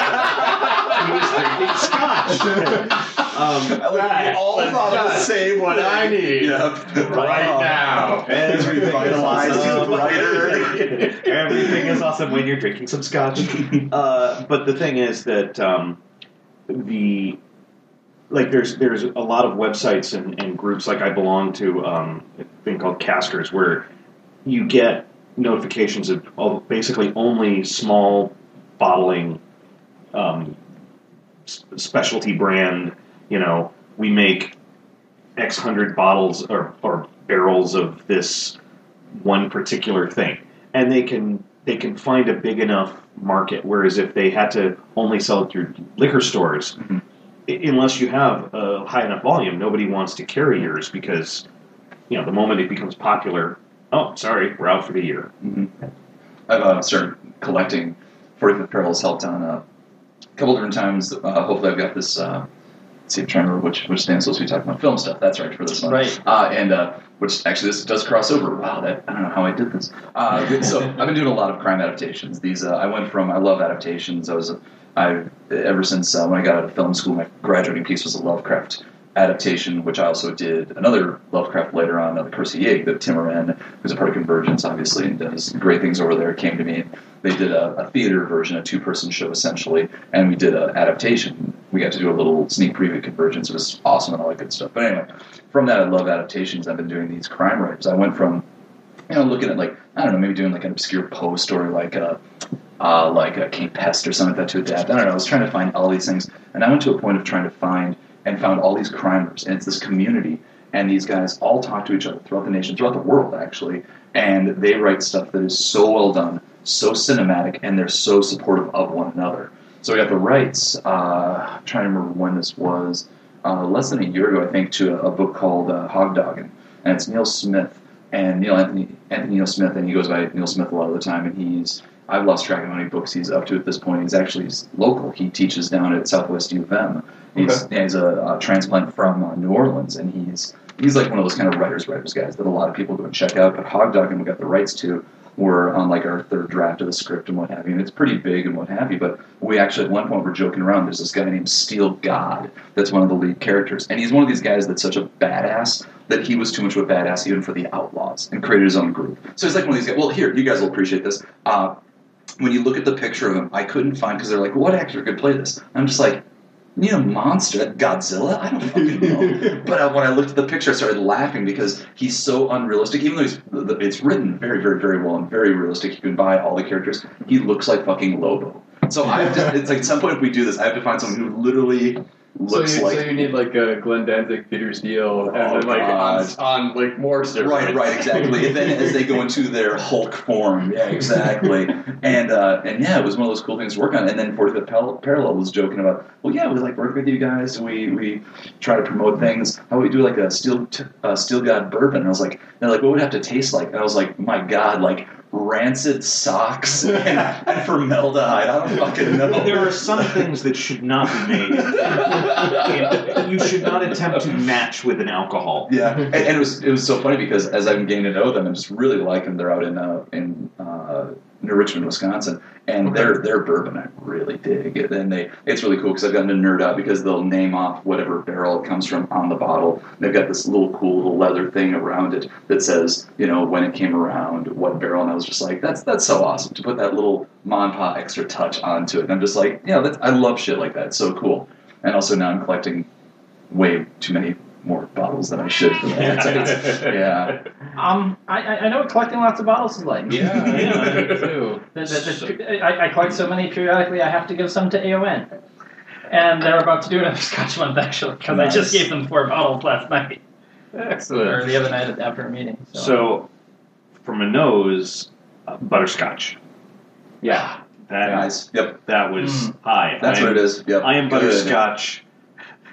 [SPEAKER 4] he was drinking Scotch. um,
[SPEAKER 5] I like, we
[SPEAKER 2] That's
[SPEAKER 5] all
[SPEAKER 2] the
[SPEAKER 5] thought the
[SPEAKER 2] shot.
[SPEAKER 5] same
[SPEAKER 2] What I
[SPEAKER 5] thing.
[SPEAKER 2] need.
[SPEAKER 5] Yep.
[SPEAKER 2] Right
[SPEAKER 5] Wow.
[SPEAKER 2] now.
[SPEAKER 5] As we revitalized
[SPEAKER 4] Everything is
[SPEAKER 5] his writer.
[SPEAKER 4] awesome. Everything is awesome when you're drinking some scotch. Uh, but the thing is that um, the like there's there's a lot of websites and, and groups like I belong to um, a thing called Caskers where you get notifications of all, basically only small bottling um, s- specialty brand. You know, we make X hundred bottles or, or barrels of this one particular thing, and they can they can find a big enough market. Whereas if they had to only sell it through liquor stores,
[SPEAKER 5] Mhm.
[SPEAKER 4] i- unless you have a high enough volume, nobody wants to carry yours because you know the moment it becomes popular, oh sorry, we're out for the year.
[SPEAKER 5] I've uh, started collecting 45th Parallels helped on uh, a couple different times. Uh, hopefully, I've got this. Uh, let's see, I'm trying to remember which, which stand's supposed to be talking about film stuff. That's right for this one.
[SPEAKER 3] Right.
[SPEAKER 5] Uh, and uh, which actually this does cross over. Wow, that I don't know how I did this. Uh, so I've been doing a lot of crime adaptations. These uh, I went from I love adaptations. I was a, I ever since uh, when I got out of film school, my graduating piece was a Lovecraft adaptation, which I also did another Lovecraft later on, uh, the Curse of Yig, that Timmerman, who's a part of Convergence, obviously, and does great things over there, came to me. They did a, a theater version, a two-person show essentially, and we did an adaptation. we got to do a little sneak preview at Convergence. It was awesome and all that good stuff. But anyway, from that, I love adaptations. I've been doing these crime writers. I went from you know looking at like I don't know maybe doing like an obscure post or like a uh, like a King Pest or something like that to adapt. I don't know. I was trying to find all these things, and I went to a point of trying to find and found all these crimers, and it's this community, and these guys all talk to each other throughout the nation, throughout the world actually, and they write stuff that is so well done, so cinematic, and they're so supportive of one another. So we got the rights. Uh, I'm trying to remember when this was. Uh, less than a year ago, I think, to a, a book called uh, Hogdoggin, and it's Neil Smith and Neil Anthony Anthony Neil Smith, and he goes by Neil Smith a lot of the time, and he's I've lost track of how many books he's up to at this point. He's actually he's local. He teaches down at Southwest U of M. He's, he's a, a transplant from uh, New Orleans, and he's he's like one of those kind of writers, writers guys that a lot of people go and check out. But Hogdog and we got the rights to were on like our third draft of the script and what have you. And it's pretty big and what have you. But we actually at one point were joking around. There's this guy named Steel God that's one of the lead characters, and he's one of these guys that's such a badass that he was too much of a badass even for the Outlaws and created his own group. So he's like one of these guys. Well, here you guys will appreciate this. Uh, when you look at the picture of him, I couldn't find because they're like, what actor could play this? I'm just like, you know, monster, Godzilla? I don't fucking know. but uh, when I looked at the picture, I started laughing because he's so unrealistic. Even though he's, the, the, it's written very, very, very well and very realistic, you can buy all the characters. He looks like fucking Lobo. So I have to, it's like at some point if we do this, I have to find someone who literally looks
[SPEAKER 2] so you,
[SPEAKER 5] like
[SPEAKER 2] so you need like a Glenn Danzig, Peter Steele, and
[SPEAKER 5] Oh,
[SPEAKER 2] then like on,
[SPEAKER 5] God.
[SPEAKER 2] on like more steroids.
[SPEAKER 5] Right, right, exactly. And then as they go into their Hulk form, yeah, exactly. and uh, and yeah, it was one of those cool things to work on. And then Forty Fifth Pal- Parallel was joking about, well, yeah, we like work with you guys, and we we try to promote things. How about we do like a steel t- uh, steel god bourbon? And I was like, they're like, what would it have to taste like? And I was like, my god, like rancid socks and, and formaldehyde. I don't fucking know.
[SPEAKER 4] There are some things that should not be made. And you should not attempt to match with an alcohol.
[SPEAKER 5] Yeah, and, and it was it was so funny because as I'm getting to know them and just really like them, they're out in uh, in uh, New Richmond, Wisconsin, and their their bourbon I really dig. And they it's really cool because I've gotten to nerd out because they'll name off whatever barrel it comes from on the bottle. They've got this little cool little leather thing around it that says you know when it came around, what barrel, and I was just like that's that's so awesome to put that little Mon Pa extra touch onto it. And I'm just like yeah, that's, I love shit like that. It's so cool. And also now I'm collecting way too many more bottles than I should. For that. It's like, it's- yeah.
[SPEAKER 3] Um, I, I I know what collecting lots of bottles is like.
[SPEAKER 2] Yeah, I know, me too.
[SPEAKER 3] The- the- the- I, I collect so many periodically, I have to give some to AON. And theyey're about to do another Scotch month actually, because I just
[SPEAKER 5] Nice.
[SPEAKER 3] gave them four bottles last night or
[SPEAKER 2] Excellent.
[SPEAKER 3] the other night after a meeting. So,
[SPEAKER 4] So, from a nose, uh, butterscotch.
[SPEAKER 2] Yeah.
[SPEAKER 4] That
[SPEAKER 5] Nice. Yep.
[SPEAKER 4] that was
[SPEAKER 3] Hmm.
[SPEAKER 4] high.
[SPEAKER 5] That's
[SPEAKER 4] I,
[SPEAKER 5] what it is. Yep.
[SPEAKER 4] I am
[SPEAKER 5] Good.
[SPEAKER 4] butterscotch,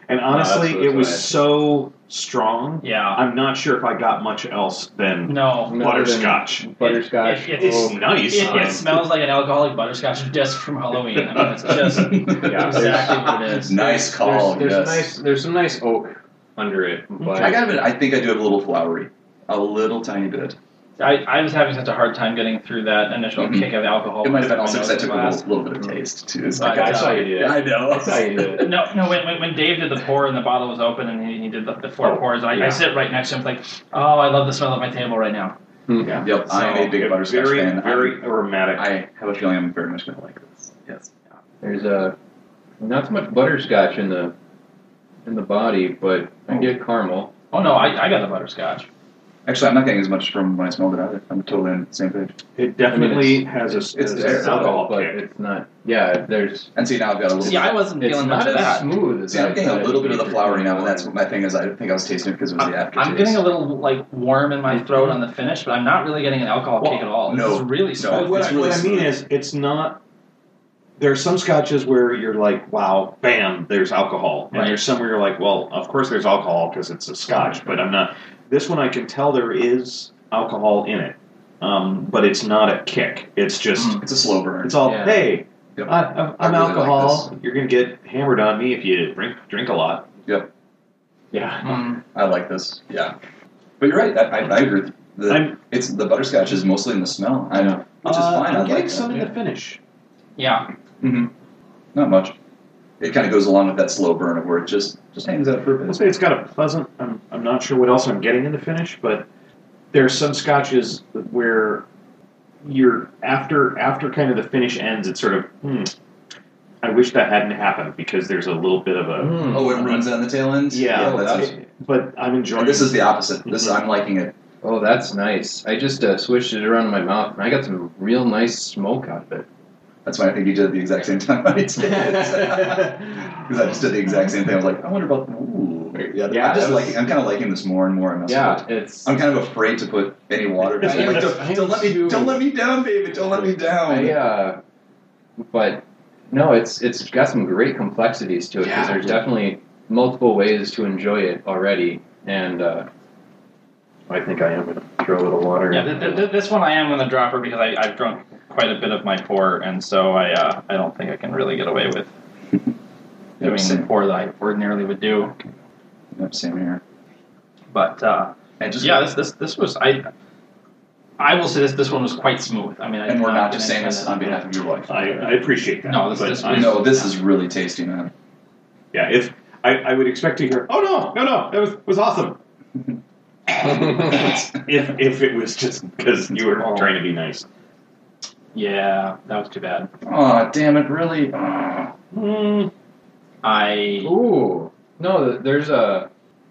[SPEAKER 4] and honestly,
[SPEAKER 2] what
[SPEAKER 4] it was
[SPEAKER 2] I-
[SPEAKER 4] so strong.
[SPEAKER 3] yeah,
[SPEAKER 4] I'm not sure if I got much else than
[SPEAKER 3] no,
[SPEAKER 2] No,
[SPEAKER 4] butterscotch.
[SPEAKER 2] Butterscotch.
[SPEAKER 3] It- it-
[SPEAKER 4] It's
[SPEAKER 2] oh,
[SPEAKER 4] nice.
[SPEAKER 3] It, it smells like an alcoholic butterscotch disc from Halloween. I mean, it's just
[SPEAKER 2] yeah,
[SPEAKER 3] exactly what it is.
[SPEAKER 5] nice call.
[SPEAKER 2] There's, there's
[SPEAKER 5] Oh, yes. Mm-hmm.
[SPEAKER 2] nice. There's some nice oak under it, but
[SPEAKER 5] I got. I think I do have a little flowery, a little tiny bit.
[SPEAKER 3] I, I was having such a hard time getting through that initial
[SPEAKER 5] Mhm.
[SPEAKER 3] kick of alcohol.
[SPEAKER 5] It might have been also because I
[SPEAKER 3] because
[SPEAKER 5] took a little, little bit of taste too. So
[SPEAKER 3] I
[SPEAKER 5] I,
[SPEAKER 2] I
[SPEAKER 5] got-
[SPEAKER 2] saw you do
[SPEAKER 5] I
[SPEAKER 2] it.
[SPEAKER 5] know.
[SPEAKER 2] I saw you do it.
[SPEAKER 3] No, no. When, when, when Dave did the pour and the bottle was open and he, he did the, the four
[SPEAKER 2] Oh,
[SPEAKER 3] pours, I, I
[SPEAKER 2] yeah.
[SPEAKER 3] sit right next to him like, oh, I love the smell of my table right now.
[SPEAKER 2] Yeah.
[SPEAKER 5] Yep. I am a big butterscotch
[SPEAKER 4] very,
[SPEAKER 5] fan.
[SPEAKER 4] Very aromatic.
[SPEAKER 5] I have a feeling I'm very much going to like this. Yes.
[SPEAKER 2] There's a not so much butterscotch in the in the body, but I get caramel.
[SPEAKER 3] Oh no, I, I got the butterscotch.
[SPEAKER 5] Actually, I'm not getting as much from when I smelled it either. I'm totally on the same page.
[SPEAKER 4] it definitely
[SPEAKER 2] I mean,
[SPEAKER 4] has a,
[SPEAKER 5] it's
[SPEAKER 4] has
[SPEAKER 5] there,
[SPEAKER 4] an alcohol
[SPEAKER 2] but
[SPEAKER 4] kick.
[SPEAKER 2] it's not. Yeah, there's.
[SPEAKER 5] And see, now I've got a little.
[SPEAKER 3] See, I wasn't
[SPEAKER 2] It's
[SPEAKER 3] feeling much
[SPEAKER 2] not
[SPEAKER 3] of
[SPEAKER 2] as
[SPEAKER 3] that.
[SPEAKER 2] smooth as
[SPEAKER 5] See, I'm
[SPEAKER 2] I
[SPEAKER 5] getting
[SPEAKER 2] thought
[SPEAKER 5] a
[SPEAKER 2] it
[SPEAKER 5] little
[SPEAKER 2] would
[SPEAKER 5] bit
[SPEAKER 2] be
[SPEAKER 5] of
[SPEAKER 2] for
[SPEAKER 5] the flowery now,
[SPEAKER 2] caramel.
[SPEAKER 5] and that's what my thing is. I didn't think I was tasting it because it was the
[SPEAKER 3] I'm,
[SPEAKER 5] aftertaste.
[SPEAKER 3] I'm getting a little like warm in my throat on the finish, but I'm not really getting an alcohol
[SPEAKER 4] Well,
[SPEAKER 3] kick at all.
[SPEAKER 5] no,
[SPEAKER 3] this is really
[SPEAKER 5] no.
[SPEAKER 3] smooth.
[SPEAKER 4] what
[SPEAKER 5] it's
[SPEAKER 4] I,
[SPEAKER 5] really
[SPEAKER 4] what I mean
[SPEAKER 5] smooth.
[SPEAKER 4] is, it's not. There are some scotches where you're like, wow, bam, there's alcohol. And
[SPEAKER 3] Right.
[SPEAKER 4] there's some where you're like, well, of course there's alcohol because it's a scotch, but I'm not. This one I can tell there is alcohol in it, um, but it's not a kick. It's just,
[SPEAKER 5] It's a slow burn.
[SPEAKER 4] it's all,
[SPEAKER 2] Yeah.
[SPEAKER 4] hey,
[SPEAKER 5] Mm. Yep.
[SPEAKER 4] I, I'm,
[SPEAKER 5] I
[SPEAKER 4] I'm
[SPEAKER 5] really like
[SPEAKER 4] alcohol. you're going to get hammered on me if you drink drink a lot.
[SPEAKER 5] Yep.
[SPEAKER 4] Yeah.
[SPEAKER 3] Mm.
[SPEAKER 5] I like this. Yeah, but you're right. I, I, I agree. With the,
[SPEAKER 4] I'm-
[SPEAKER 5] it's the butterscotch is mostly in the smell. I know, which is
[SPEAKER 4] Uh,
[SPEAKER 5] fine.
[SPEAKER 4] I'm
[SPEAKER 5] I
[SPEAKER 4] getting
[SPEAKER 5] like
[SPEAKER 4] some
[SPEAKER 5] that.
[SPEAKER 4] in the finish.
[SPEAKER 3] Yeah,
[SPEAKER 5] Mhm. Not much. It kind of goes along with that slow burn of where it just just hangs out for a
[SPEAKER 4] I'll
[SPEAKER 5] bit.
[SPEAKER 4] say it's got a pleasant. I'm, I'm not sure what else I'm getting in the finish, but there are some scotches where you're after after kind of the finish ends. It's sort of hmm, I I wish that hadn't happened because there's a little bit of a.
[SPEAKER 5] Oh, it runs it on the tail end.
[SPEAKER 4] Yeah,
[SPEAKER 5] that's
[SPEAKER 2] Mm, that's-
[SPEAKER 5] good.
[SPEAKER 4] But I'm enjoying.
[SPEAKER 5] And this is the opposite. This
[SPEAKER 2] Mm-hmm.
[SPEAKER 5] is, I'm liking it.
[SPEAKER 2] Oh, that's nice. I just uh, swished it around in my mouth, and I got some real nice smoke out of it.
[SPEAKER 5] That's why I think you did it the exact same time I did. Because I just did the exact same thing. I was like, I wonder about. Ooh. Yeah,
[SPEAKER 2] Yeah,
[SPEAKER 5] I'm just
[SPEAKER 2] that was-
[SPEAKER 5] liking. I'm kind of liking this more and more. I'm
[SPEAKER 2] Yeah, it's.
[SPEAKER 5] I'm kind of afraid to put any water. Back.
[SPEAKER 4] I am
[SPEAKER 5] Like,
[SPEAKER 2] too.
[SPEAKER 5] don't, don't let me, don't let me down, baby. Don't let me down.
[SPEAKER 2] I, uh, but no, it's it's got some great complexities to it because
[SPEAKER 5] Yeah.
[SPEAKER 2] there's definitely multiple ways to enjoy it already, and uh,
[SPEAKER 4] I think I am going to throw a little water.
[SPEAKER 3] Yeah, th- th- th- this one I am going to drop her because I, I've drunk quite a bit of my pour, and so I uh, I don't think I can really get away with
[SPEAKER 5] Yep,
[SPEAKER 3] doing the
[SPEAKER 5] same,
[SPEAKER 3] pour that I ordinarily would do.
[SPEAKER 5] yep, same here.
[SPEAKER 3] But uh,
[SPEAKER 5] And just
[SPEAKER 3] yeah, this this this was I I will say this this one was quite smooth. I mean, I
[SPEAKER 5] and
[SPEAKER 3] did
[SPEAKER 5] we're not
[SPEAKER 3] get
[SPEAKER 5] just
[SPEAKER 3] any
[SPEAKER 5] saying
[SPEAKER 3] kind
[SPEAKER 5] this
[SPEAKER 3] of-
[SPEAKER 5] on behalf of your wife.
[SPEAKER 4] I, I appreciate that.
[SPEAKER 3] No, this-
[SPEAKER 4] but
[SPEAKER 3] this-
[SPEAKER 4] I'm-
[SPEAKER 5] no, this is really tasty, man.
[SPEAKER 4] yeah. If I, I would expect to hear, oh no, no, no, that was was awesome.
[SPEAKER 5] It's-
[SPEAKER 4] If if it was just because you were
[SPEAKER 3] Oh.
[SPEAKER 4] trying to be nice.
[SPEAKER 3] Yeah, that was too bad.
[SPEAKER 5] Aw, damn it, really? Aw. Mm.
[SPEAKER 3] I
[SPEAKER 2] ooh, no, th- there's a,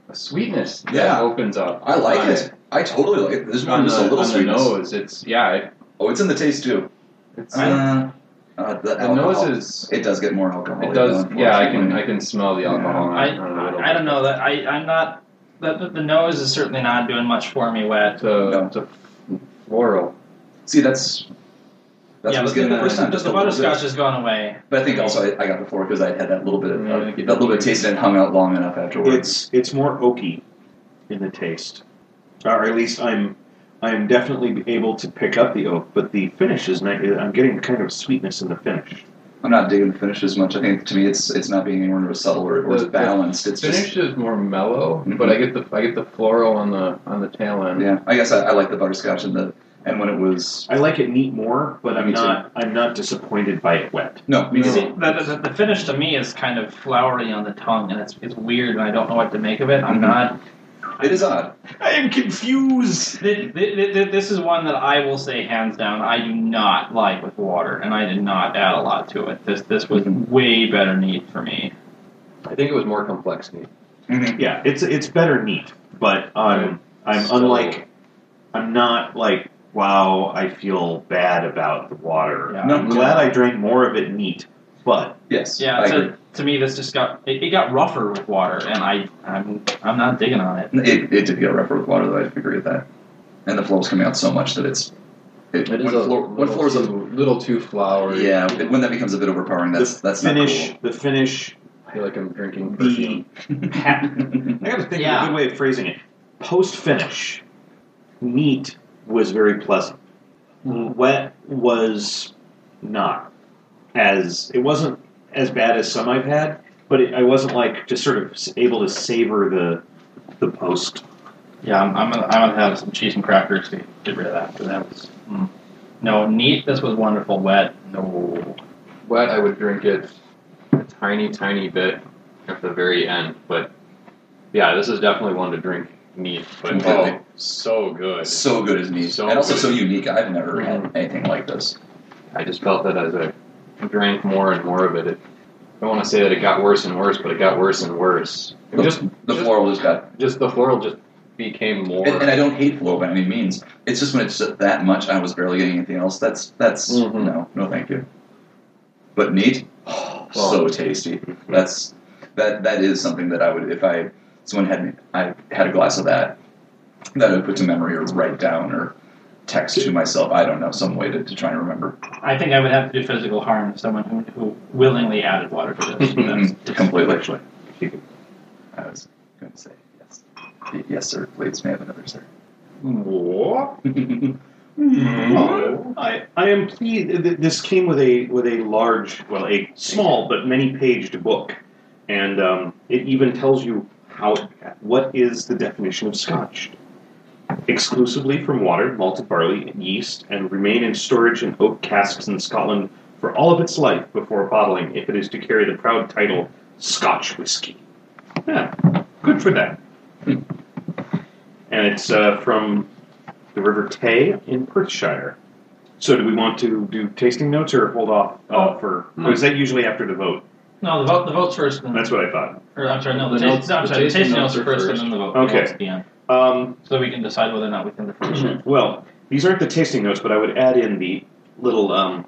[SPEAKER 2] a sweetness that
[SPEAKER 5] Yeah.
[SPEAKER 2] opens up.
[SPEAKER 5] I like
[SPEAKER 2] on
[SPEAKER 5] it. I totally like it. There's
[SPEAKER 2] On
[SPEAKER 5] one
[SPEAKER 2] the,
[SPEAKER 5] just a little
[SPEAKER 2] on the
[SPEAKER 5] sweetness.
[SPEAKER 2] nose, it's yeah, it,
[SPEAKER 5] Oh, it's in the taste too.
[SPEAKER 2] it's
[SPEAKER 5] Uh, uh, the
[SPEAKER 2] the nose
[SPEAKER 5] alcohol.
[SPEAKER 2] is
[SPEAKER 5] It does get more alcohol.
[SPEAKER 2] it does yeah. I can I can smell the
[SPEAKER 5] Yeah.
[SPEAKER 2] alcohol.
[SPEAKER 3] I
[SPEAKER 2] on, on a little
[SPEAKER 3] I, I don't know that I I'm not the, the, the nose is certainly not doing much for me
[SPEAKER 2] bit.
[SPEAKER 3] wet.
[SPEAKER 2] The,
[SPEAKER 5] No.
[SPEAKER 2] the floral.
[SPEAKER 5] See, that's that's
[SPEAKER 3] yeah,
[SPEAKER 5] what's
[SPEAKER 3] the,
[SPEAKER 5] getting
[SPEAKER 3] the,
[SPEAKER 5] the first time.
[SPEAKER 3] the-
[SPEAKER 5] Just
[SPEAKER 3] the
[SPEAKER 5] a little bit.
[SPEAKER 3] butterscotch has gone away.
[SPEAKER 5] But I think also I, I got before because I had that little bit of
[SPEAKER 2] Yeah, I think you
[SPEAKER 5] that little
[SPEAKER 2] did.
[SPEAKER 5] bit of taste and it hung out long enough afterwards.
[SPEAKER 4] Mm-hmm. It's it's more oaky in the taste, or at least I'm I'm definitely able to pick up the oak, but the finish is nice. I'm getting kind of sweetness in the finish.
[SPEAKER 5] I'm not digging the finish as much. I think to me it's it's not being anywhere near as subtle or, or as
[SPEAKER 2] The- the
[SPEAKER 5] balanced. It's just
[SPEAKER 2] Finish is more mellow,
[SPEAKER 5] Mhm.
[SPEAKER 2] but I get the I get the floral on the on the tail end.
[SPEAKER 5] yeah. I guess I, I like the butterscotch and the and when it was
[SPEAKER 4] I like it neat more, but I'm
[SPEAKER 5] Me too.
[SPEAKER 4] not I'm not disappointed by it wet.
[SPEAKER 5] no
[SPEAKER 3] You
[SPEAKER 5] because
[SPEAKER 3] see, the, the, the finish to me is kind of flowery on the tongue, and it's, it's weird, and I don't know what to make of it. I'm
[SPEAKER 5] Mhm.
[SPEAKER 3] not.
[SPEAKER 5] it is odd.
[SPEAKER 4] I am confused.
[SPEAKER 3] Thi- thi- thi- thi- This is one that I will say hands down. I do not like with water, and I did not add a lot to it. This this was
[SPEAKER 5] Mhm.
[SPEAKER 3] way better neat for me.
[SPEAKER 2] I think it was more complexity.
[SPEAKER 5] Mhm.
[SPEAKER 4] Yeah, it's it's better neat, but um, I'm
[SPEAKER 2] So-
[SPEAKER 4] unlike I'm not like wow. I feel bad about the water.
[SPEAKER 3] Yeah.
[SPEAKER 5] No,
[SPEAKER 4] I'm glad I drank more of it neat, but
[SPEAKER 5] Yes.
[SPEAKER 3] Yeah,
[SPEAKER 5] I
[SPEAKER 3] so
[SPEAKER 5] agree.
[SPEAKER 3] to me, this just got it, it got rougher with water, and I I'm I'm not digging on it.
[SPEAKER 5] It, it did get rougher with water though. I agree with that. And the flow was coming out so much that it's
[SPEAKER 2] It
[SPEAKER 5] it, when
[SPEAKER 2] is a
[SPEAKER 5] floor when
[SPEAKER 2] little,
[SPEAKER 5] floors
[SPEAKER 2] too, little too flowery.
[SPEAKER 5] yeah it- when that becomes a bit overpowering that's that's
[SPEAKER 4] the
[SPEAKER 5] not
[SPEAKER 4] finish the finish
[SPEAKER 2] I feel like I'm drinking
[SPEAKER 4] The-
[SPEAKER 2] perfume.
[SPEAKER 5] cool.
[SPEAKER 4] I got to think
[SPEAKER 3] Yeah.
[SPEAKER 4] of a good way of phrasing it. Post finish, neat was very pleasant. Wet was not as it wasn't as bad as some I've had, but it, I wasn't like just sort of s- able to savor the the post.
[SPEAKER 3] Yeah, I'm I'm gonna, I'm gonna have some cheese and crackers to get rid of that. 'cause that was mm. no neat. This was wonderful. Wet, no.
[SPEAKER 2] Wet, I would drink it a tiny, tiny bit at the very end. But yeah, this is definitely one to drink neat. But
[SPEAKER 5] Completely.
[SPEAKER 2] oh, so good.
[SPEAKER 5] so good as neat
[SPEAKER 2] So
[SPEAKER 5] and also
[SPEAKER 2] good. Mm-hmm.
[SPEAKER 5] so unique. I've never had anything like this.
[SPEAKER 2] I just felt that as I drank more and more of it, it I don't want to say that it got worse and worse, but it got worse and worse. It
[SPEAKER 5] The,
[SPEAKER 2] just
[SPEAKER 5] the
[SPEAKER 2] just-
[SPEAKER 5] floral just got
[SPEAKER 2] just the floral just became more.
[SPEAKER 5] And, and I don't hate flow by any means. It's just when it's that much, I was barely getting anything else. That's that's
[SPEAKER 2] Mhm.
[SPEAKER 5] no, no, thank you. But neat, oh, so tasty. That's that that is something that I would if I someone had me, I had a glass of that that I would put to memory or write down or text to myself. I don't know some way to, to try and remember
[SPEAKER 3] I think I would have to do physical harm to someone who, who willingly added water to this.
[SPEAKER 5] Mm-hmm.
[SPEAKER 3] That's-
[SPEAKER 5] Um, completely. I was going to say yes, Y- yes, sir. Please, may I have another sir?
[SPEAKER 4] More? Mm-hmm. I, I am pleased. th- This came with a with a large, well, a small but many paged book, and um, it even tells you how what is the definition of Scotch. Exclusively from water, malted barley, and yeast, and remain in storage in oak casks in Scotland for all of its life before bottling, if it is to carry the proud title Scotch whiskey. Yeah, good for that.
[SPEAKER 5] Hmm.
[SPEAKER 4] And it's uh, from the River Tay in Perthshire. So do we want to do tasting notes or hold off uh, for?
[SPEAKER 2] Hmm.
[SPEAKER 4] Or is that usually after the vote?
[SPEAKER 3] No, the vote. The votes first. And,
[SPEAKER 4] That's what I thought.
[SPEAKER 3] or, I'm sorry. No, the,
[SPEAKER 2] The
[SPEAKER 3] taste,
[SPEAKER 2] notes-
[SPEAKER 3] no, I'm
[SPEAKER 2] the
[SPEAKER 3] sorry. The
[SPEAKER 2] tasting
[SPEAKER 3] tasting
[SPEAKER 2] notes
[SPEAKER 3] notes are
[SPEAKER 2] are
[SPEAKER 3] first,
[SPEAKER 2] first.
[SPEAKER 3] and then the vote.
[SPEAKER 4] Okay.
[SPEAKER 3] The votes at the end,
[SPEAKER 4] Um,
[SPEAKER 3] so that we can decide whether or not we can defer. shit.
[SPEAKER 4] Mm-hmm. well, these aren't the tasting notes, but I would add in the little um,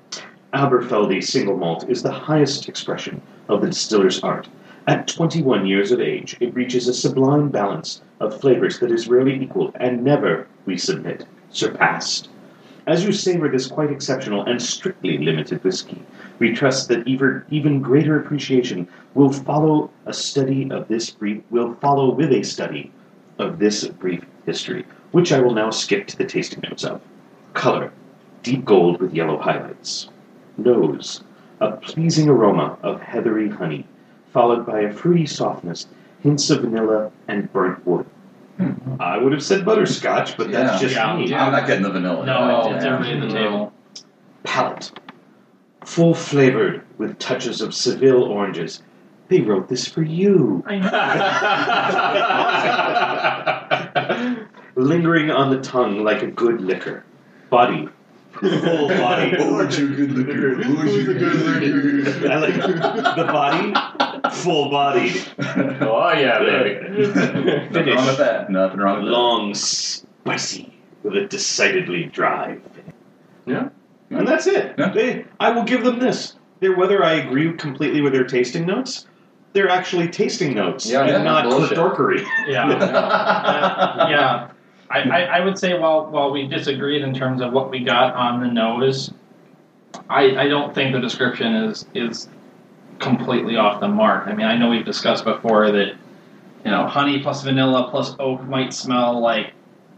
[SPEAKER 4] Alberfeldi single malt is the highest expression of the distiller's art. At 21 years of age, it reaches a sublime balance of flavors that is rarely equaled and never, we submit, surpassed. As you savor this quite exceptional and strictly limited whiskey, we trust that even, even greater appreciation will follow a study of this brief will follow with a study of this brief history, which I will now skip to the tasting notes of. Color deep gold with yellow highlights. Nose a pleasing aroma of heathery honey, followed by a fruity softness, hints of vanilla and burnt wood. I would have said butterscotch, but that's
[SPEAKER 5] Yeah.
[SPEAKER 4] just
[SPEAKER 3] Yeah.
[SPEAKER 4] me.
[SPEAKER 5] I'm not getting the vanilla.
[SPEAKER 3] No,
[SPEAKER 5] Oh,
[SPEAKER 3] it's, it's
[SPEAKER 5] man.
[SPEAKER 3] everybody at the table.
[SPEAKER 4] palate. Full flavored with touches of Seville oranges. They wrote this for you.
[SPEAKER 3] I know.
[SPEAKER 4] Lingering on the tongue like a good liquor. Body. Full body.
[SPEAKER 5] Oh, would you good liquor? Oh, would you good liquor?
[SPEAKER 4] I like the body. Full body.
[SPEAKER 2] Oh yeah,
[SPEAKER 5] Nothing wrong with that. Nothing wrong with that.
[SPEAKER 4] Long, spicy, with a decidedly dry finish.
[SPEAKER 2] Yeah.
[SPEAKER 4] And that's it.
[SPEAKER 5] Yeah.
[SPEAKER 4] They, I will give them this. They're, whether I agree completely with their tasting notes, they're actually tasting notes
[SPEAKER 2] Yeah,
[SPEAKER 4] and
[SPEAKER 2] yeah,
[SPEAKER 4] not
[SPEAKER 2] bullshit.
[SPEAKER 4] dorkery.
[SPEAKER 3] Yeah. Uh, yeah. I, I, I would say while while we disagreed in terms of what we got on the nose, I, I don't think the description is is completely off the mark. I mean, I know we've discussed before that you know honey plus vanilla plus oak might smell like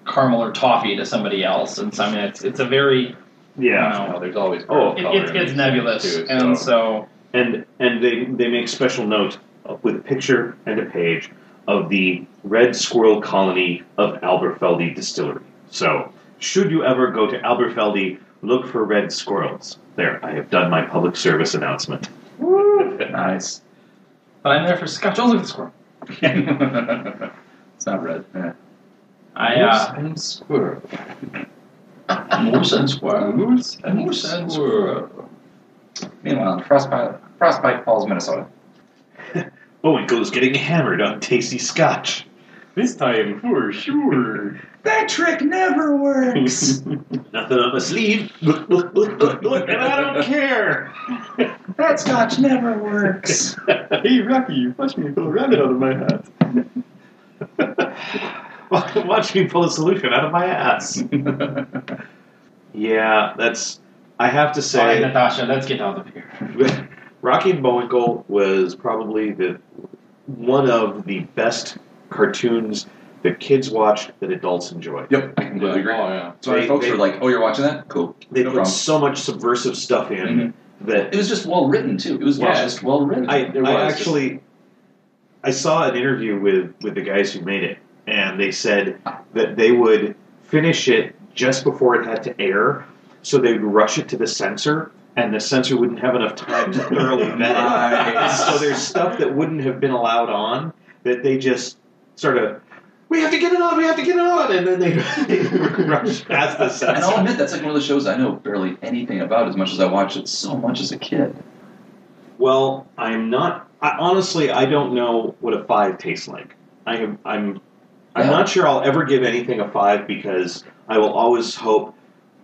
[SPEAKER 3] caramel or toffee to somebody else, and so I mean it's it's a very
[SPEAKER 4] Yeah.
[SPEAKER 3] you know,
[SPEAKER 2] No, there's always
[SPEAKER 4] Oh,
[SPEAKER 3] it,
[SPEAKER 2] color
[SPEAKER 3] it's
[SPEAKER 2] in
[SPEAKER 3] it's
[SPEAKER 2] these
[SPEAKER 3] nebulous,
[SPEAKER 2] things, too,
[SPEAKER 3] and so
[SPEAKER 4] and and they they make special note with a picture and a page of the red squirrel colony of Alberfeldi Distillery. So, should you ever go to Alberfeldi, look for red squirrels. There, I have done my public service announcement.
[SPEAKER 5] Nice.
[SPEAKER 3] But I'm there for scotch. Oh, look at the squirrel.
[SPEAKER 5] it's not red. Yeah.
[SPEAKER 3] I uh,
[SPEAKER 2] and squirrel.
[SPEAKER 3] moose and squirrel.
[SPEAKER 2] Moose
[SPEAKER 3] Moose and
[SPEAKER 5] Meanwhile, Frostbite, Frostbite Falls, Minnesota.
[SPEAKER 4] Oh, it goes getting hammered on tasty scotch.
[SPEAKER 2] This time for sure.
[SPEAKER 5] That trick never works.
[SPEAKER 4] Nothing up my sleeve. Look, look, look, look, look, and I don't care.
[SPEAKER 5] that scotch never works.
[SPEAKER 2] hey, Rocky, you pushed me pull a rabbit out of my hat.
[SPEAKER 4] Watch me pull a solution out of my ass. Yeah, that's. I have to say.
[SPEAKER 3] All right, Natasha, let's get out of here.
[SPEAKER 4] Rocky and Bullwinkle was probably the one of the best cartoons that kids watched that adults enjoy.
[SPEAKER 5] yep, I completely agree.
[SPEAKER 2] Oh yeah.
[SPEAKER 5] So our
[SPEAKER 4] They-
[SPEAKER 5] folks
[SPEAKER 4] they-
[SPEAKER 5] were like, "Oh, you're watching that? Cool."
[SPEAKER 4] They
[SPEAKER 5] No
[SPEAKER 4] put
[SPEAKER 5] problem.
[SPEAKER 4] so much subversive stuff in
[SPEAKER 5] Mhm.
[SPEAKER 4] that
[SPEAKER 5] It was just well written too. It was
[SPEAKER 4] Yeah.
[SPEAKER 5] just well written.
[SPEAKER 4] I,
[SPEAKER 2] There
[SPEAKER 4] I
[SPEAKER 2] was.
[SPEAKER 4] actually I saw an interview with with the guys who made it, and they said that they would finish it just before it had to air, so they'd rush it to the censor, and the censor wouldn't have enough time to thoroughly vet it. And
[SPEAKER 5] Nice.
[SPEAKER 4] so there's stuff that wouldn't have been allowed on that they just sort of we have to get it on, we have to get it on, and then they, they rush past the
[SPEAKER 5] and I'll
[SPEAKER 4] censor.
[SPEAKER 5] admit that's like one of the shows I know barely anything about as much as I watched it so much as a kid.
[SPEAKER 4] Well, I'm not. I, honestly, I don't know what a five tastes like. I am. I'm. I'm
[SPEAKER 5] Yeah.
[SPEAKER 4] not sure I'll ever give anything a five because I will always hope,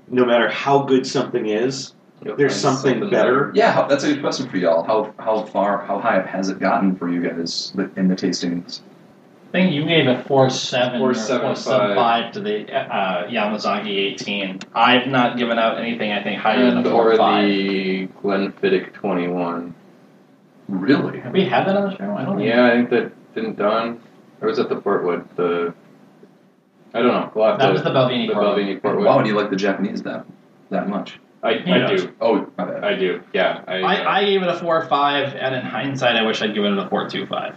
[SPEAKER 4] no matter how good something is,
[SPEAKER 2] You'll
[SPEAKER 4] there's
[SPEAKER 2] find
[SPEAKER 4] something, better.
[SPEAKER 5] Yeah, how- that's a good question for y'all. How how far how high up has it gotten for you guys in the tastings?
[SPEAKER 3] I think you gave a four seven
[SPEAKER 2] Four
[SPEAKER 3] or
[SPEAKER 2] seven
[SPEAKER 3] four seven five to the uh, Yamazaki eighteen. I've not given out anything I think higher than
[SPEAKER 2] And
[SPEAKER 3] a four or
[SPEAKER 2] or
[SPEAKER 3] five.
[SPEAKER 2] the Glenfiddich 21.
[SPEAKER 5] Really?
[SPEAKER 3] Have we had that on the show? I don't know.
[SPEAKER 2] Yeah, I think that didn't dawn. Or was that the Portwood? The I don't know. We'll have
[SPEAKER 3] That
[SPEAKER 2] to,
[SPEAKER 3] was the Belvini
[SPEAKER 2] the Belvini
[SPEAKER 3] Portwood.
[SPEAKER 2] Portwood.
[SPEAKER 5] Why would you like the Japanese that that much?
[SPEAKER 2] I,
[SPEAKER 3] He
[SPEAKER 2] I
[SPEAKER 3] knows.
[SPEAKER 2] do.
[SPEAKER 5] Oh, my bad.
[SPEAKER 2] I do. Yeah. I,
[SPEAKER 3] I, I gave it a four or five, and in hindsight, I wish I'd given it a four two five.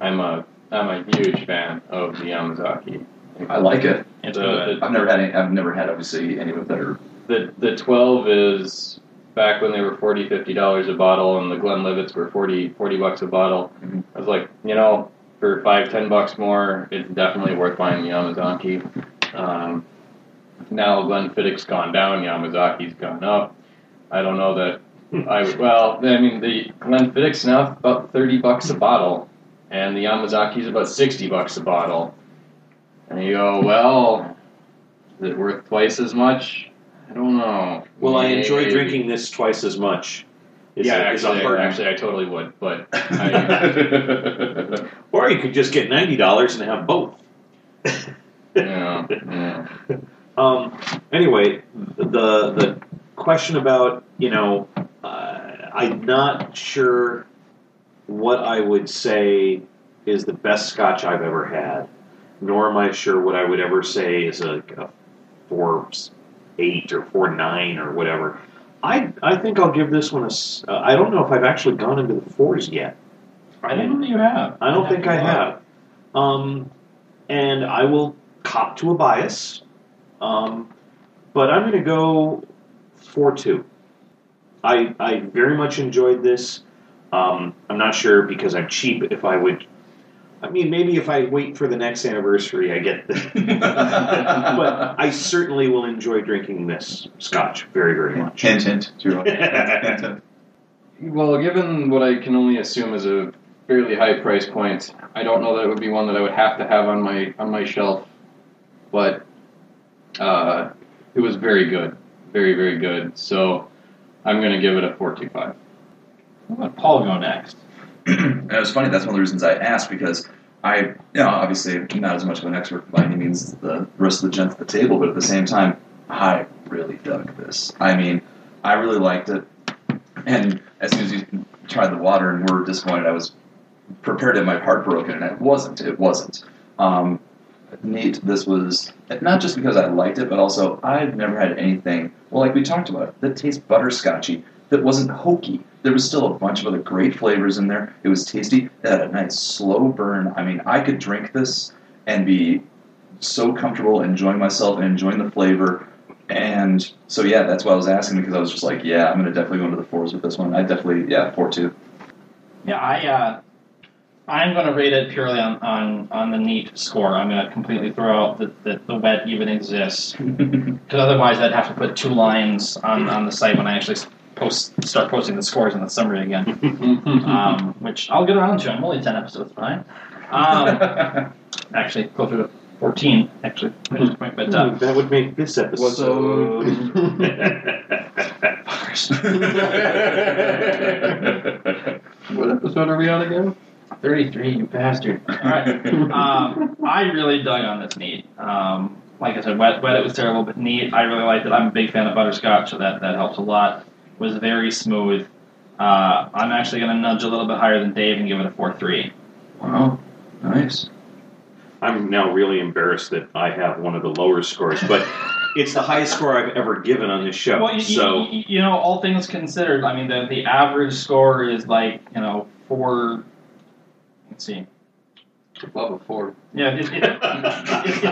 [SPEAKER 2] am a I'm a huge fan of the Yamazaki.
[SPEAKER 5] I like it.
[SPEAKER 3] It's
[SPEAKER 2] The-
[SPEAKER 3] good.
[SPEAKER 5] I've never had any, I've never had obviously any of it that are
[SPEAKER 2] The the 12 is back when they were 40 50 dollars a bottle and the Glenlivets were 40 40 bucks a bottle.
[SPEAKER 5] Mhm.
[SPEAKER 2] I was like, you know, for 5 10 bucks more, it's definitely worth buying the Yamazaki. Um, now Glenfiddich's gone down, Yamazaki's gone up. I don't know that I would. Well, I mean, the Glenfiddich's now about thirty bucks a bottle, and the Yamazaki's about sixty bucks a bottle. And you go, well, is it worth twice as much? I don't know.
[SPEAKER 4] Well, I enjoy
[SPEAKER 2] Maybe.
[SPEAKER 4] drinking this twice as much. Is
[SPEAKER 2] yeah,
[SPEAKER 4] a- is a
[SPEAKER 2] actually,
[SPEAKER 4] hard-
[SPEAKER 2] actually, I totally would, but I,
[SPEAKER 5] I-
[SPEAKER 4] Or you could just get ninety dollars and have both.
[SPEAKER 2] yeah, yeah.
[SPEAKER 4] Um. Anyway, the the question about you know, uh, I'm not sure what I would say is the best Scotch I've ever had, nor am I sure what I would ever say is a, a four eight or four nine or whatever. I I think I'll give this one a. s- Uh, I don't know if I've actually gone into the fours yet.
[SPEAKER 3] I don't think you have.
[SPEAKER 4] I don't think I have. Um, and I will cop to a bias. Um, but I'm going to go 4 2. I, I very much enjoyed this. Um, I'm not sure because I'm cheap if I would. I mean, maybe if I wait for the next anniversary, I get the. but I certainly will enjoy drinking this scotch very, very much.
[SPEAKER 5] Hint, hint. to your own- hint, hint.
[SPEAKER 2] Well, given what I can only assume is a fairly high price point, I don't know that it would be one that I would have to have on my on my shelf. But uh, it was very good, very very good. So I'm going to give it a four two five.
[SPEAKER 3] I'll let Paul go next.
[SPEAKER 5] and it was funny. That's one of the reasons I asked because I, you know, obviously not as much of an expert by any means as the rest of the gents at the table, but at the same time, I really dug this. I mean, I really liked it. And as soon as you tried the water and were disappointed, I was prepared to have my heart broken, and it wasn't. It wasn't. Um, neat. This was not just because I liked it, but also I've never had anything. Well, like we talked about, that tastes butterscotchy. That wasn't hokey. There was still a bunch of other great flavors in there. It was tasty. It had a nice slow burn. I mean, I could drink this and be so comfortable enjoying myself and enjoying the flavor. And so yeah, that's why I was asking because I was just like, yeah, I'm gonna definitely go into the fours with this one. I definitely yeah, four two.
[SPEAKER 3] Yeah, I uh, I'm going to rate it purely on, on, on the neat score. I'm going to completely throw out that, that the wet even exists because otherwise I'd have to put two lines on, on the site when I actually s- post start posting the scores in the summary again, um, which I'll get around to. I'm only ten episodes behind. Um, actually, closer to fourteen. Actually, at this point, but uh,
[SPEAKER 4] that would make this
[SPEAKER 2] uh,
[SPEAKER 4] episode.
[SPEAKER 2] What episode are we on again?
[SPEAKER 3] thirty-three, you bastard. All right. um, I really dug on this neat. Um, like I said, wet, wet it was terrible, but neat. I really liked it. I'm a big fan of butterscotch, so that, that helps a lot. Was very smooth. Uh, I'm actually going to nudge a little bit higher than Dave and give it a four three.
[SPEAKER 5] Wow, nice.
[SPEAKER 4] I'm now really embarrassed that I have one of the lower scores, but it's the highest score I've ever given on this show.
[SPEAKER 3] Well, you,
[SPEAKER 4] so
[SPEAKER 3] you, you know, all things considered, I mean, the the average score is like you know four. Let's see.
[SPEAKER 2] Above a four.
[SPEAKER 3] Yeah, it, it, it, it, it, it's,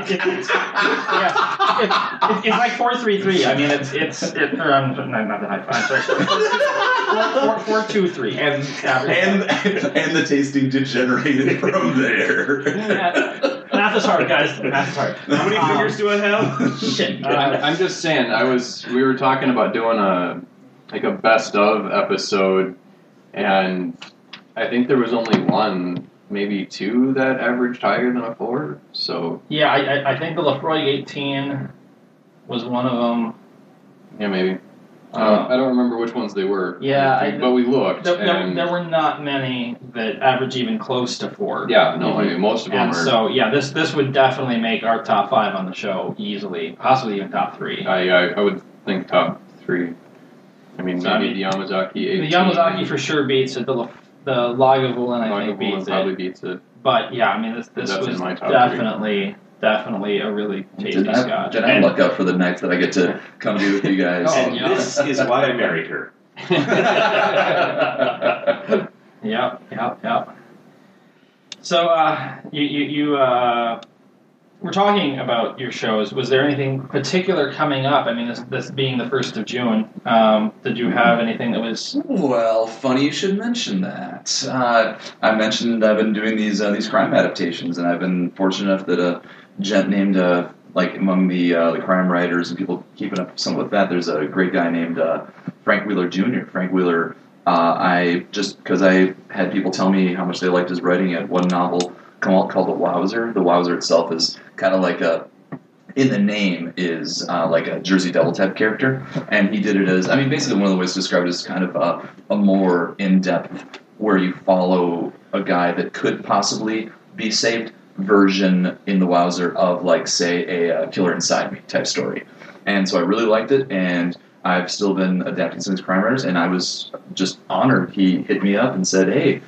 [SPEAKER 3] yeah, it, it, it's like four three three. I mean, it's it's it, um, no, not the high five. Sorry, four, four, four two three.
[SPEAKER 5] and
[SPEAKER 3] Average.
[SPEAKER 5] and and the tasting degenerated from there.
[SPEAKER 3] Math is hard, guys. Math is hard.
[SPEAKER 4] how many
[SPEAKER 3] Um,
[SPEAKER 4] fingers do I have?
[SPEAKER 3] Shit.
[SPEAKER 2] I,
[SPEAKER 3] Uh,
[SPEAKER 2] I'm just saying. I was. We were talking about doing a like a best of episode, and I think there was only one, maybe two, that averaged higher than a four. So
[SPEAKER 3] yeah, I, I- I think the Lafroy 18 was one of them.
[SPEAKER 2] yeah, maybe. Uh,
[SPEAKER 3] Uh,
[SPEAKER 2] I don't remember which ones they were.
[SPEAKER 3] Yeah, I-
[SPEAKER 2] but we looked.
[SPEAKER 3] There, there,
[SPEAKER 2] and-
[SPEAKER 3] there were not many that average even close to four.
[SPEAKER 2] yeah, no, I mean most of them
[SPEAKER 3] And
[SPEAKER 2] are.
[SPEAKER 3] so, yeah, this this would definitely make our top five on the show easily, possibly even top three.
[SPEAKER 2] I, I I would think top three. I mean,
[SPEAKER 3] So, I
[SPEAKER 2] maybe the Yamazaki. 18,
[SPEAKER 3] The Yamazaki for sure beats it. The La- the Lagavulin I
[SPEAKER 2] Lagavulin
[SPEAKER 3] think beats
[SPEAKER 2] probably
[SPEAKER 3] it.
[SPEAKER 2] beats it.
[SPEAKER 3] But yeah, I mean this this
[SPEAKER 2] That's in
[SPEAKER 3] was
[SPEAKER 2] my top three.
[SPEAKER 3] definitely definitely a really tasty
[SPEAKER 5] Did I,
[SPEAKER 3] scotch.
[SPEAKER 5] did I luck up for the night that I get to come do with you guys?
[SPEAKER 3] Oh,
[SPEAKER 4] and
[SPEAKER 3] yeah.
[SPEAKER 4] this is why I married her.
[SPEAKER 3] Yep, yep, yep. So, uh, you, you, you uh, were talking about your shows. Was there anything particular coming up? I mean, this, this being the 1st of June, um, did you have anything that was.
[SPEAKER 5] Well, funny you should mention that. Uh, I mentioned I've been doing these uh, these crime adaptations, and I've been fortunate enough that a gent named uh, like among the uh, the crime writers and people keeping up somewhat with that. There's a great guy named uh, Frank Wheeler Jr. Frank Wheeler. Uh, I just because I had people tell me how much they liked his writing at one novel come out called The Wowzer. The Wowzer itself is kind of like a in the name is uh, like a Jersey Devil type character, and he did it as I mean basically one of the ways to describe it is kind of a, a more in depth where you follow a guy that could possibly be saved version in the Wowzer of like say a uh, Killer Inside Me type story, and so I really liked it and. I've still been adapting some of his crime writers, and I was just honored. He hit me up and said, "Hey,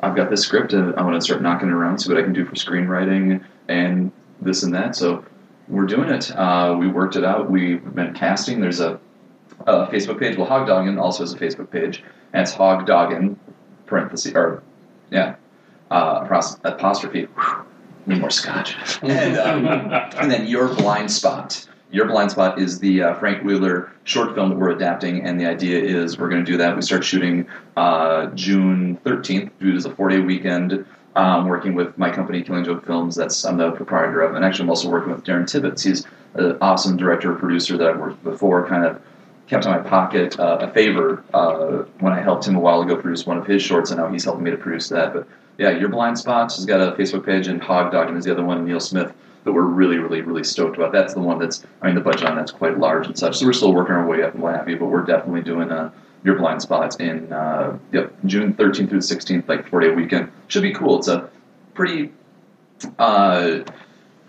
[SPEAKER 5] I've got this script, and I want to start knocking it around, see what I can do for screenwriting and this and that." So we're doing it. Uh, we worked it out. We've been casting. There's a, a Facebook page. Well, Hogdoggin also has a Facebook page, and it's Hogdoggin, parenthesis, or yeah, uh, apos- apostrophe. Whew, need more scotch. And, um, and then Your Blind Spot. Your Blind Spot is the uh, Frank Wheeler short film that we're adapting, and the idea is we're going to do that. We start shooting uh, June 13th. June is a four day weekend. Um, working with my company, Killing Joke Films, that's I'm the proprietor of, and actually I'm also working with Darren Tibbetts. He's an awesome director, producer that I've worked with before, kind of kept in my pocket uh, a favor uh, when I helped him a while ago produce one of his shorts, and now he's helping me to produce that. But yeah, Your Blind Spots has got a Facebook page, and Hog Doggin is the other one, Neil Smith, that we're really, really, really stoked about. That's the one that's, I mean, the budget on that's quite large and such. So we're still working our way up and what have you, but we're definitely doing uh, Your Blind Spots in uh, yep, June 13th through the 16th, like four day weekend. Should be cool. It's a pretty. Uh,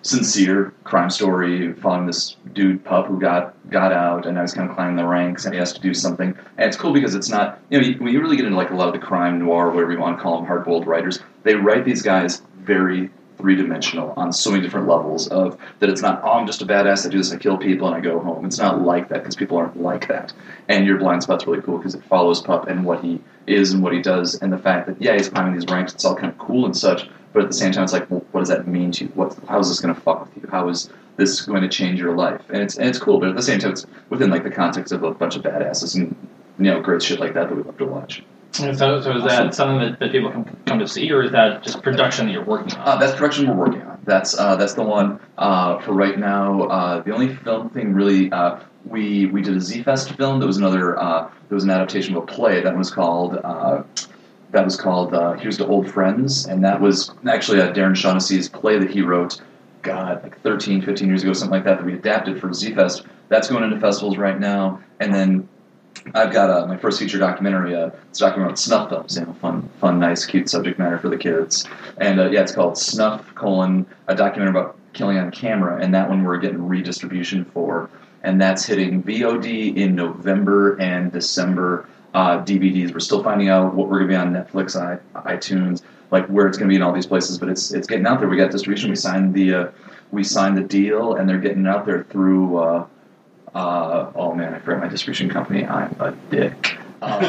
[SPEAKER 5] sincere crime story following this dude pup who got got out and now he's kind of climbing the ranks and he has to do something and it's cool because it's not you know you- when you really get into like a lot of the crime noir whatever you want to call them hard-boiled writers they write these guys very three-dimensional on so many different levels of that it's not oh i'm just a badass i do this i kill people and i go home it's not like that because people aren't like that and your blind spot's really cool because it follows pup and what he is and what he does and the fact that yeah he's climbing these ranks it's all kind of cool and such but at the same time, it's like, well, what does that mean to you? What, how is this going to fuck with you? How is this going to change your life? And it's and it's cool, but at the same time, it's within like the context of a bunch of badasses and you know great shit like that that we love to watch.
[SPEAKER 3] So, so is that something that, that people can come to see, or is that just production that you're working on?
[SPEAKER 5] Uh, that's the production we're working on. That's uh, that's the one uh, for right now. Uh, the only film thing really uh, we we did a Z Fest film. That was another. Uh, there was an adaptation of a play that was called. Uh, that was called uh, "Here's to Old Friends," and that was actually uh, Darren Shaughnessy's play that he wrote. God, like 13, 15 years ago, something like that. That we adapted for Z Fest. That's going into festivals right now, and then I've got uh, my first feature documentary. Uh, it's a documentary about snuff films, you know, fun, fun, nice, cute subject matter for the kids. And uh, yeah, it's called Snuff: colon a documentary about killing on camera, and that one we're getting redistribution for, and that's hitting VOD in November and December. Uh, DVDs. We're still finding out what we're going to be on Netflix, i- iTunes, like where it's going to be in all these places. But it's it's getting out there. We got distribution. We signed the uh, we signed the deal, and they're getting it out there through. Uh, uh, oh man, I forgot my distribution company. I'm a dick. Uh,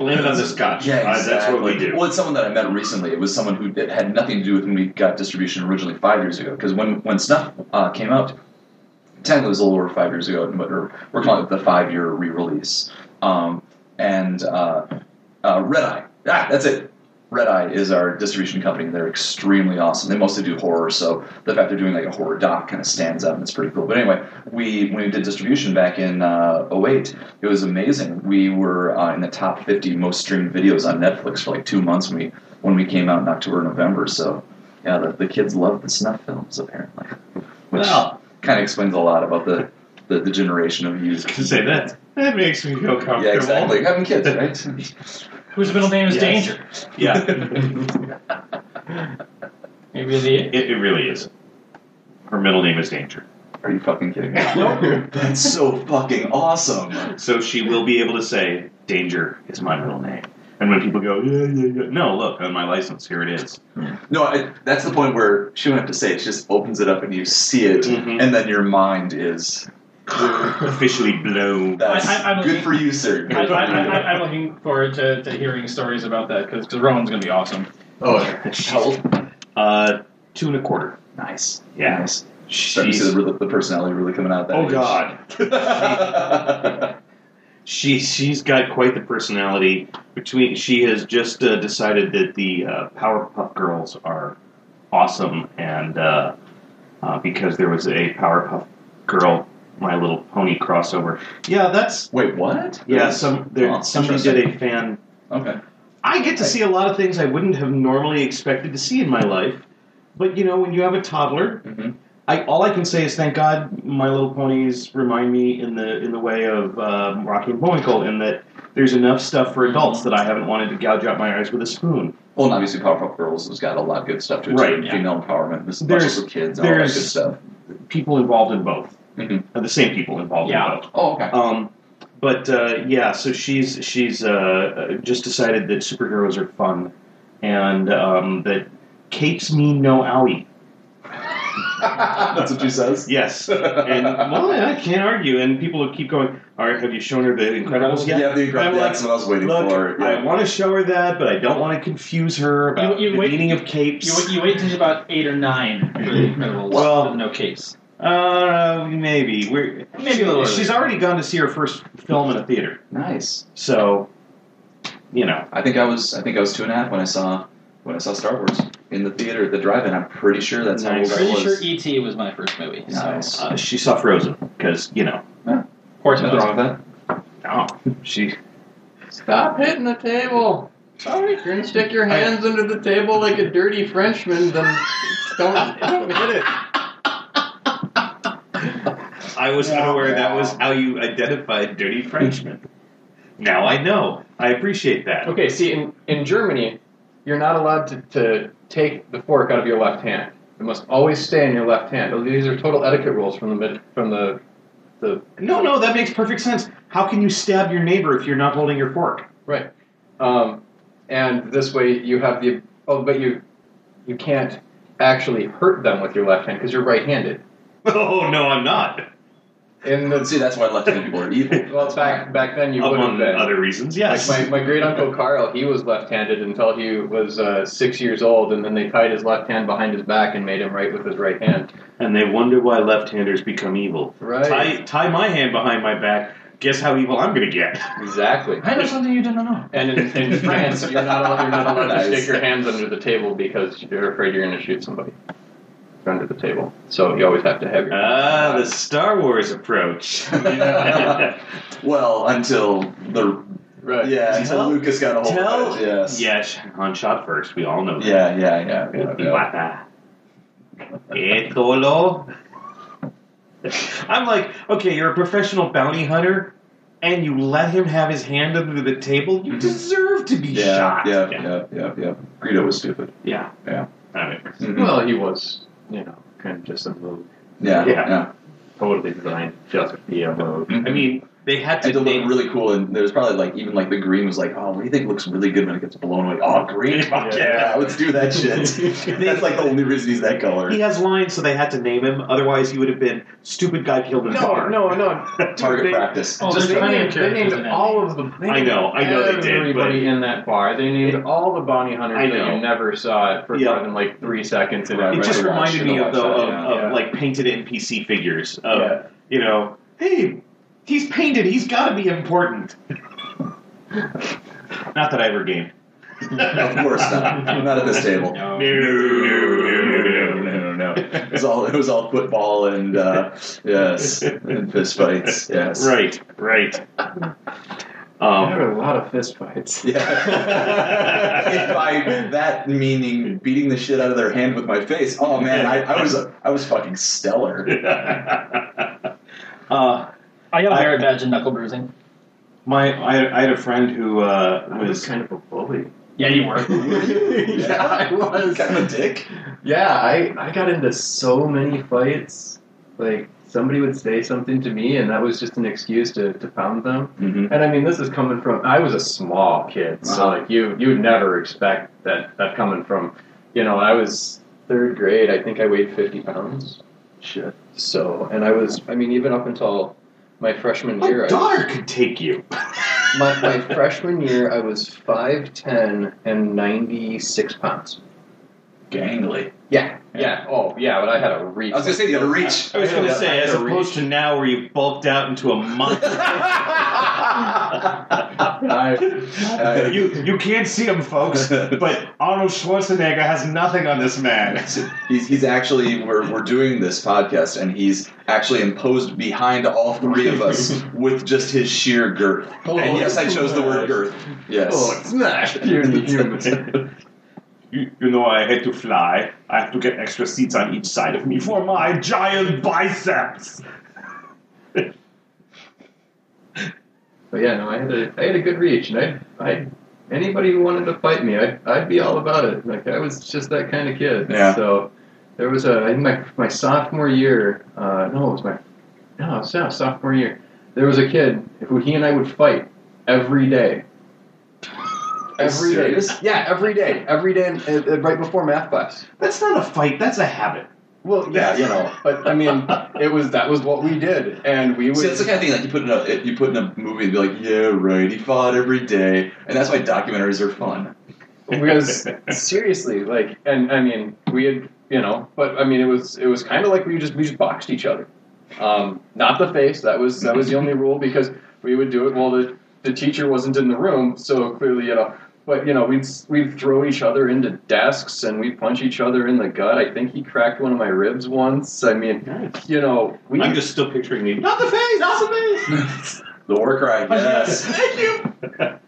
[SPEAKER 4] Blame it on the scotch. Uh, that's what we
[SPEAKER 5] exactly.
[SPEAKER 4] do.
[SPEAKER 5] Well, it's someone that I met recently. It was someone who did, had nothing to do with when we got distribution originally five years ago. Because when when Snuff uh, came out, technically it was a little over five years ago, but or we're calling it the five year re release. Um, and uh, uh, Red Eye, ah, that's it. Red Eye is our distribution company. They're extremely awesome. They mostly do horror, so the fact they're doing like a horror doc kind of stands out and it's pretty cool. But anyway, we when we did distribution back in uh, 08, it was amazing. We were uh, in the top 50 most streamed videos on Netflix for like two months when we when we came out in October, November. So yeah, the, the kids love the snuff films apparently, which
[SPEAKER 3] Well.
[SPEAKER 5] kind of explains a lot about the the, the generation of youth.
[SPEAKER 4] Can say that. That makes me feel comfortable.
[SPEAKER 5] Yeah, exactly. Having kids, right?
[SPEAKER 3] Whose middle name is
[SPEAKER 4] Yes.
[SPEAKER 3] Danger?
[SPEAKER 4] Yeah,
[SPEAKER 3] Maybe the
[SPEAKER 4] it, it really is. Her middle name is Danger,
[SPEAKER 5] Are you fucking kidding me?
[SPEAKER 4] Nope.
[SPEAKER 5] That's so fucking awesome.
[SPEAKER 4] so she will be able to say Danger is my middle name. And when people go, yeah, yeah, yeah, no, look on my license, here it is.
[SPEAKER 5] No, I, that's the point where she won't have to say it. She just opens it up and you see it,
[SPEAKER 4] Mhm.
[SPEAKER 5] and then your mind is.
[SPEAKER 4] Officially blown.
[SPEAKER 5] That's
[SPEAKER 3] I- I- I'm
[SPEAKER 5] good
[SPEAKER 3] looking-
[SPEAKER 5] for you, sir.
[SPEAKER 3] I, I, I, I'm looking forward to, to hearing stories about that because Rowan's going to be awesome.
[SPEAKER 5] Oh, How old?
[SPEAKER 4] Uh, two and a quarter.
[SPEAKER 5] Nice.
[SPEAKER 4] Yeah.
[SPEAKER 5] Nice. Starting to see
[SPEAKER 4] She's,
[SPEAKER 5] the, real- the personality really coming out of that.
[SPEAKER 4] oh
[SPEAKER 5] age.
[SPEAKER 4] God. She she's got quite the personality. Between she has just uh, decided that the uh, Powerpuff Girls are awesome, and uh, uh, because there was a Powerpuff Girl My Little Pony crossover. Yeah, that's
[SPEAKER 5] Wait, what?
[SPEAKER 4] yeah. Some there,
[SPEAKER 5] Oh,
[SPEAKER 4] somebody did
[SPEAKER 5] interesting.
[SPEAKER 4] a fan.
[SPEAKER 5] Okay.
[SPEAKER 4] I get to see a lot of things I wouldn't have normally expected to see in my life, but you know when you have a toddler
[SPEAKER 5] hmm
[SPEAKER 4] I, all I can say is thank God My Little Ponies remind me in the in the way of um, Rocky and Bullwinkle in that there's enough stuff for adults that I haven't wanted to gouge out my eyes with a spoon.
[SPEAKER 5] Well, and obviously, Powerpuff Girls has got a lot of good stuff to it.
[SPEAKER 4] Right,
[SPEAKER 5] too.
[SPEAKER 8] yeah.
[SPEAKER 5] Female empowerment, this
[SPEAKER 4] There's-
[SPEAKER 5] muscles of kids, and all that good
[SPEAKER 4] there's-
[SPEAKER 5] stuff.
[SPEAKER 4] People involved in both,
[SPEAKER 5] Mhm.
[SPEAKER 4] Uh, the same people involved
[SPEAKER 3] Yeah.
[SPEAKER 4] in both.
[SPEAKER 5] Oh, okay.
[SPEAKER 4] Um, but uh, yeah, so she's she's uh, uh, just decided that superheroes are fun, and um, that capes mean no owie.
[SPEAKER 5] That's what she says.
[SPEAKER 4] Yes, and well, I can't argue. And people keep going. All right, have you shown her the Incredibles yet?
[SPEAKER 5] yeah, the
[SPEAKER 4] I'm
[SPEAKER 5] incredible.
[SPEAKER 4] like,
[SPEAKER 5] that's what I was waiting
[SPEAKER 4] Look,
[SPEAKER 5] for. Yeah.
[SPEAKER 4] I want to show her that, but I don't want to confuse her about
[SPEAKER 3] You- you
[SPEAKER 4] the
[SPEAKER 3] wait-
[SPEAKER 4] meaning of capes.
[SPEAKER 3] You, you wait till about eight or nine for the Incredibles.
[SPEAKER 4] Well-
[SPEAKER 3] with no case.
[SPEAKER 4] uh, maybe we're
[SPEAKER 3] Maybe a little
[SPEAKER 4] She's
[SPEAKER 3] early.
[SPEAKER 4] already gone to see her first film in a theater,
[SPEAKER 5] nice.
[SPEAKER 4] so you know.
[SPEAKER 5] I think I was. I think I was two and a half when I saw when I saw Star Wars in the theater at the drive-in. I'm pretty sure that's how old
[SPEAKER 4] Nice.
[SPEAKER 5] I
[SPEAKER 3] Pretty
[SPEAKER 5] was.
[SPEAKER 3] sure E.T. was my first movie.
[SPEAKER 5] Nice.
[SPEAKER 3] So, uh,
[SPEAKER 4] Uh, she saw Frozen because you know.
[SPEAKER 3] of course,
[SPEAKER 5] Nothing
[SPEAKER 3] I was.
[SPEAKER 5] wrong with that.
[SPEAKER 4] Oh, she.
[SPEAKER 8] Stop hitting the table. Sorry, if you're gonna stick your hands under the table like a dirty Frenchman, then don't, don't hit it.
[SPEAKER 4] I was unaware that was how you identified dirty Frenchmen. now I know. I appreciate that.
[SPEAKER 2] Okay, see, in, in Germany, you're not allowed to, to take the fork out of your left hand. It must always stay in your left hand. These are total etiquette rules from the mid, from the the
[SPEAKER 4] No, no, that makes perfect sense. How can you stab your neighbor if you're not holding your fork?
[SPEAKER 2] um, and this way you have the oh, but you you can't actually hurt them with your left hand because you're right-handed.
[SPEAKER 4] Oh no, I'm not.
[SPEAKER 2] In
[SPEAKER 5] But
[SPEAKER 2] the
[SPEAKER 5] see, that's why left-handed people are evil.
[SPEAKER 2] well, back back then you would have
[SPEAKER 4] Among
[SPEAKER 2] been.
[SPEAKER 4] other reasons, yes.
[SPEAKER 2] Like my, my great uncle Carl, he was left-handed until he was uh, six years old, and then they tied his left hand behind his back and made him right with his right hand.
[SPEAKER 4] and they wonder why left-handers become evil.
[SPEAKER 2] Right.
[SPEAKER 4] Tie, tie my hand behind my back. Guess how evil I'm going to get.
[SPEAKER 2] Exactly.
[SPEAKER 5] I know something you didn't know.
[SPEAKER 2] And in, in France, you're not allowed, you're not allowed
[SPEAKER 5] Nice.
[SPEAKER 2] to stick your hands under the table because you're afraid you're going to shoot somebody under the table. So you always have to have your.
[SPEAKER 4] Ah, the Star Wars approach.
[SPEAKER 5] Yeah. Well, until the
[SPEAKER 2] right.
[SPEAKER 5] yeah, until
[SPEAKER 4] Tell-
[SPEAKER 5] Lucas got a hold
[SPEAKER 4] tell-
[SPEAKER 5] of it. Yes.
[SPEAKER 4] yes, Han shot first. We all know that.
[SPEAKER 5] Yeah. Yeah. Yeah. yeah, yeah.
[SPEAKER 4] Iwata. Eh, Tolo? I'm like, okay, you're a professional bounty hunter, and you let him have his hand under the table. You
[SPEAKER 5] Mhm.
[SPEAKER 4] deserve to be
[SPEAKER 5] Yeah,
[SPEAKER 4] shot.
[SPEAKER 5] yeah, yeah, yeah, yeah. Greedo was stupid.
[SPEAKER 4] Yeah.
[SPEAKER 5] Yeah.
[SPEAKER 4] I mean,
[SPEAKER 5] Mhm.
[SPEAKER 2] Well, he was.
[SPEAKER 9] You know, kind of just a mode,
[SPEAKER 5] yeah,
[SPEAKER 4] yeah.
[SPEAKER 5] yeah.
[SPEAKER 9] totally designed just to be a mode.
[SPEAKER 5] Mhm.
[SPEAKER 4] I mean, they had
[SPEAKER 5] And
[SPEAKER 4] to
[SPEAKER 5] it
[SPEAKER 4] name
[SPEAKER 5] looked really cool, and there's probably like even like the green was like, oh, what do you think looks really good when it gets blown away? Oh, green, fuck yeah,
[SPEAKER 4] Yeah.
[SPEAKER 5] let's do that shit. That's like the only reason he's that color.
[SPEAKER 4] He has lines, so they had to name him. Otherwise, he would have been stupid guy killed in a
[SPEAKER 2] No,
[SPEAKER 4] bar.
[SPEAKER 2] no, no.
[SPEAKER 5] Target
[SPEAKER 2] They-
[SPEAKER 5] practice.
[SPEAKER 3] Oh, there's
[SPEAKER 2] they
[SPEAKER 3] plenty
[SPEAKER 2] named,
[SPEAKER 3] of
[SPEAKER 2] they
[SPEAKER 3] characters
[SPEAKER 2] named
[SPEAKER 3] in that.
[SPEAKER 2] all of the. They
[SPEAKER 4] I know, I know they did,
[SPEAKER 2] Everybody in that bar. They named all the bounty hunters
[SPEAKER 4] I
[SPEAKER 2] that
[SPEAKER 4] know.
[SPEAKER 2] you never saw for
[SPEAKER 4] Yeah.
[SPEAKER 2] more than like three seconds. in
[SPEAKER 5] Right,
[SPEAKER 4] It
[SPEAKER 2] every
[SPEAKER 5] right,
[SPEAKER 4] just
[SPEAKER 5] right.
[SPEAKER 4] reminded me of the
[SPEAKER 5] Yeah,
[SPEAKER 4] of, of
[SPEAKER 2] yeah.
[SPEAKER 4] like painted NPC figures. Of
[SPEAKER 2] Yeah.
[SPEAKER 4] you know, hey, he's painted. He's got to be important. Not that I ever gamed.
[SPEAKER 5] of course not. Not at this table.
[SPEAKER 3] No.
[SPEAKER 4] No, no, no, no,
[SPEAKER 5] no, no. It was all it was all football and uh, yes, and fist fights. Yes,
[SPEAKER 4] Right, right. Um,
[SPEAKER 2] There were a lot of fist fights.
[SPEAKER 5] Yeah. if by that meaning beating the shit out of their hand with my face, oh man, I, I was I was fucking stellar.
[SPEAKER 4] uh,
[SPEAKER 3] I got a merit badge in knuckle bruising.
[SPEAKER 4] my, I, I had a friend who uh,
[SPEAKER 9] I was
[SPEAKER 4] was
[SPEAKER 9] kind of a bully.
[SPEAKER 3] Yeah, you were.
[SPEAKER 2] yeah, I was.
[SPEAKER 5] Kind of a dick.
[SPEAKER 2] Yeah, I, I got into so many fights. Like, somebody would say something to me, and that was just an excuse to, to pound them.
[SPEAKER 5] Mm-hmm.
[SPEAKER 2] And I mean, this is coming from, I was a small kid, so
[SPEAKER 5] Uh-huh.
[SPEAKER 2] like, you, you would never expect that, that coming from, you know, I was third grade, I think I weighed 50 pounds.
[SPEAKER 5] Shit.
[SPEAKER 2] So, and I was, I mean, even up until my freshman year,
[SPEAKER 4] my
[SPEAKER 2] I was,
[SPEAKER 4] daughter could take you.
[SPEAKER 2] my, my freshman year, I was 5'10 and 96 pounds.
[SPEAKER 5] Gangly.
[SPEAKER 2] Yeah, yeah, oh, yeah, but I had a reach.
[SPEAKER 5] I was gonna say you had a reach.
[SPEAKER 4] I was going to
[SPEAKER 2] I had a- I
[SPEAKER 4] say,
[SPEAKER 2] had
[SPEAKER 4] as
[SPEAKER 2] a
[SPEAKER 4] opposed to now where you've bulked out into a monster.
[SPEAKER 5] I-
[SPEAKER 10] you you can't see him, folks, but Arnold Schwarzenegger has nothing on this man.
[SPEAKER 5] He's, he's actually we're, we're doing this podcast and he's actually imposed behind all three of us with just his sheer girth and yes i chose the word girth yes
[SPEAKER 2] Oh, smash! puny human.
[SPEAKER 10] You, you know, I had to fly. I have to get extra seats on each side of me for my giant biceps.
[SPEAKER 2] But yeah, no, I had a I had a good reach, and I I anybody who wanted to fight me, I'd, I'd be all about it. Like I was just that kind of kid.
[SPEAKER 5] Yeah.
[SPEAKER 2] So there was a in my my sophomore year. Uh, no, it was my no, it was yeah, sophomore year. There was a kid who he and I would fight every day. Every day.
[SPEAKER 5] serious?
[SPEAKER 2] This- yeah, every day, every day, and, and- and right before math class.
[SPEAKER 4] That's not a fight. That's a habit.
[SPEAKER 2] Well, yeah, you know, but I mean, it was that was what we did, and we would.
[SPEAKER 5] See, that's the kind of thing like you put in a you put in a movie and be like, yeah, right, he fought every day, and that's why documentaries are fun.
[SPEAKER 2] because seriously, like, and I mean, we had, you know, but I mean, it was it was kind of like we just we just boxed each other, um, not the face. That was that was the only rule because we would do it while the the teacher wasn't in the room, so clearly, you know. But you know, we'd we'd throw each other into desks and we'd punch each other in the gut. I think he cracked one of my ribs once. I mean, you know, we
[SPEAKER 4] I'm just still picturing the not the face, not the face.
[SPEAKER 5] The war cry, yes.
[SPEAKER 4] Thank you.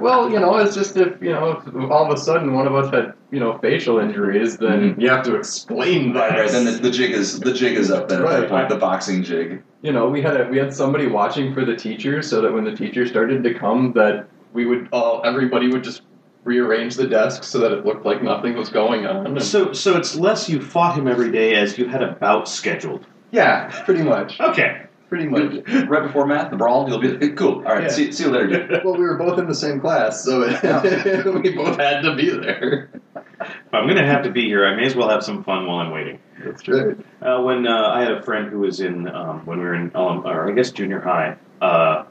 [SPEAKER 2] Well, you know, it's just if you know, if all of a sudden one of us had you know facial injuries,
[SPEAKER 4] Mm-hmm.
[SPEAKER 2] then you have to explain that.
[SPEAKER 5] Right, right. Then the, the jig is the jig is up. Then at that
[SPEAKER 2] Right.
[SPEAKER 5] point, the boxing jig.
[SPEAKER 2] You know, we had a, we had somebody watching for the teacher, so that when the teacher started to come, that we would all everybody would just rearrange the desk so that it looked like nothing was going on. and-
[SPEAKER 4] So, so it's less you fought him every day as you had a bout scheduled.
[SPEAKER 2] yeah, pretty much,
[SPEAKER 4] Okay.
[SPEAKER 2] pretty much.
[SPEAKER 5] Right before math, the brawl. You'll be like, cool. All right,
[SPEAKER 2] Yeah.
[SPEAKER 5] see, see you later, dude.
[SPEAKER 2] well, we were both in the same class, so it, we both had to be there.
[SPEAKER 4] If I'm gonna have to be here, I may as well have some fun while I'm waiting.
[SPEAKER 2] That's right.
[SPEAKER 4] Uh, when uh, I had a friend who was in um, when we were in elem- or I guess junior high, uh,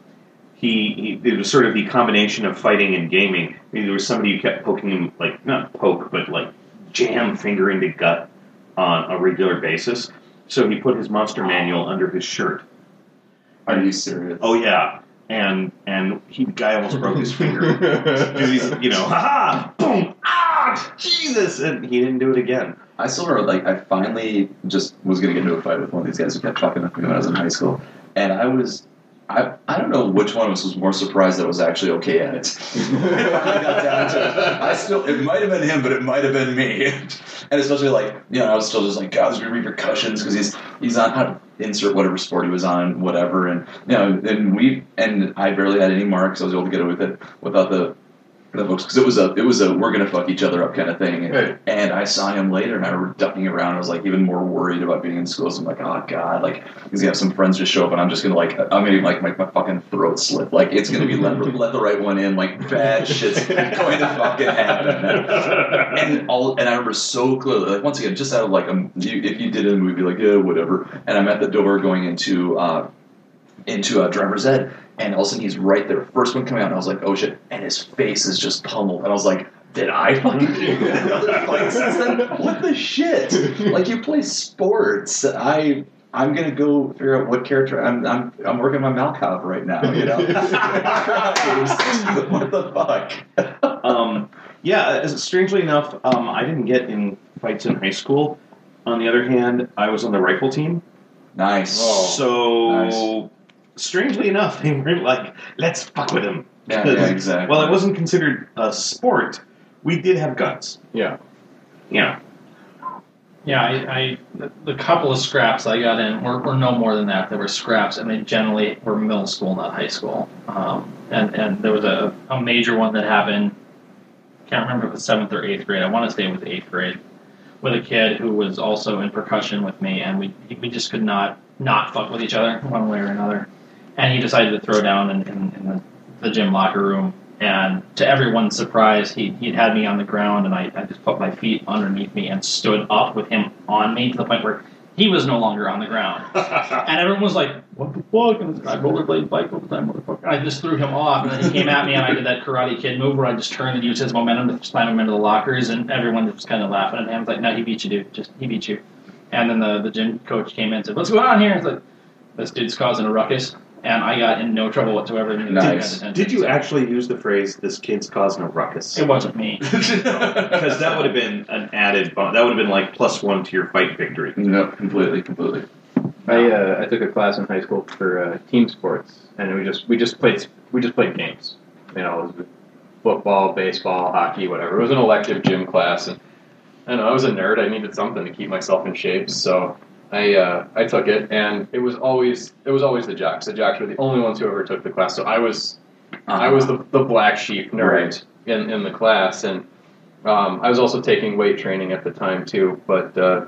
[SPEAKER 4] he, he it was sort of the combination of fighting and gaming. I mean, there was somebody who kept poking him like not poke but like jam finger into gut on a regular basis. So he put his monster manual under his shirt.
[SPEAKER 5] Are you serious?
[SPEAKER 4] Oh yeah, and and he the guy almost broke his finger. 'Cause he's, you know, ha ha, boom, ah, Jesus, and he didn't do it again.
[SPEAKER 5] I still remember, like, I finally just was going to get into a fight with one of these guys who kept fucking with me when I was in high school. And I was, I, I don't know which one of us was more surprised that I was actually okay at it. I got down to it. I still, it might have been him, but it might have been me. And especially, like, you know, I was still just like, God, there's going to be repercussions because he's, he's on, I don't insert whatever sport he was on, whatever. And, you know, and we, and I barely had any marks. I was able to get away with it without the, the books because it was a, it was a, we're going to fuck each other up kind of thing. And,
[SPEAKER 2] Right.
[SPEAKER 5] and I saw him later, and I remember ducking around. I was like even more worried about being in school. So I'm like, oh god, like he's gonna have some friends just show up, and I'm just gonna like, I'm gonna like make my fucking throat slit. Like it's gonna be let, let the right one in. Like bad shit's going to fucking happen. And all, and I remember so clearly, like once again, just out of like, um, you, if you did it, we'd be like, yeah, whatever. And I'm at the door going into, uh, into uh, driver's ed, and all of a sudden he's right there, first one coming out, and I was like, oh shit, and his face is just pummeled, and I was like, did I fucking do another fight since then? What the shit? Like you play sports, I. I'm gonna go figure out what character I'm. I'm, I'm working my Malkov right now. You know, what the fuck?
[SPEAKER 4] um, yeah, as- strangely enough, um, I didn't get in fights in high school. On the other hand, I was on the rifle team,
[SPEAKER 5] Nice.
[SPEAKER 4] so strangely enough, they were like, "Let's fuck with him."
[SPEAKER 5] Yeah, yeah, exactly.
[SPEAKER 4] Well, it wasn't considered a sport. We did have guns.
[SPEAKER 2] Yeah.
[SPEAKER 4] Yeah.
[SPEAKER 3] Yeah, I, I the, the couple of scraps I got in were, were no more than that. They were scraps, and they generally were middle school, not high school. Um, and and there was a, a major one that happened. Can't remember if it was seventh or eighth grade. I want to say it was eighth grade, with a kid who was also in percussion with me, and we we just could not not fuck with each other one way or another. And he decided to throw down in, in, in the, the gym locker room. And to everyone's surprise, he, he'd had me on the ground, and I, I just put my feet underneath me and stood up with him on me to the point where he was no longer on the ground. and everyone was like, What the fuck? And I rollerblade bike all the time, motherfucker. I just threw him off, and then he came at me, and I did that Karate Kid move where I just turned and used his momentum to slam him into the lockers, and everyone was kind of laughing at him. I was like, No, he beat you, dude. Just He beat you. And then the, the gym coach came in and said, What's going on here? I was like, This dude's causing a ruckus. and I got in no trouble whatsoever. and
[SPEAKER 5] Nice.
[SPEAKER 3] got attention,
[SPEAKER 4] Did you
[SPEAKER 3] so-
[SPEAKER 4] actually use the phrase "this kid's causing a ruckus"?
[SPEAKER 3] It wasn't me.
[SPEAKER 4] Because that would have been an added bon That would have been like plus one to your fight victory.
[SPEAKER 5] No, completely, completely.
[SPEAKER 2] I uh, I took a class in high school for uh, team sports, and we just we just played we just played games. You know, it was football, baseball, hockey, whatever. It was an elective gym class, and I know I was a nerd. I needed something to keep myself in shape, so I uh, I took it, and it was always it was always the jocks. The jocks were the only ones who ever took the class, so I was I was the, the black sheep nerd
[SPEAKER 5] Right.
[SPEAKER 2] in, in the class, and um, I was also taking weight training at the time too. But uh,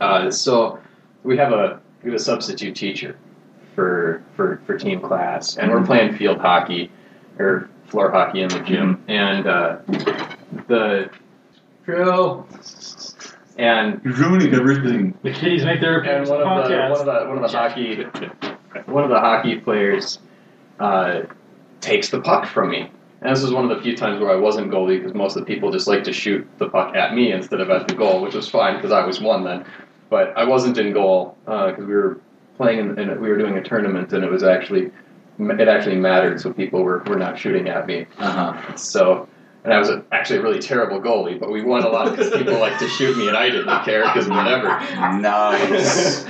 [SPEAKER 2] uh, so we have a we have a substitute teacher for for, for team class, and we're playing field hockey or floor hockey in the gym, and uh, the drill and
[SPEAKER 5] You're ruining everything.
[SPEAKER 3] The kiddies make their
[SPEAKER 2] and one of the one of the one of the hockey one of the hockey players uh, takes the puck from me. And this was one of the few times where I wasn't goalie because most of the people just like to shoot the puck at me instead of at the goal, which was fine because I was one then. But I wasn't in goal because we were playing in, and we were doing a tournament and it was actually it actually mattered, so people were, were not shooting at me.
[SPEAKER 5] Uh huh.
[SPEAKER 2] So, and I was a, actually a really terrible goalie, but we won a lot because people liked to shoot me, and I didn't care because whatever
[SPEAKER 5] Nice.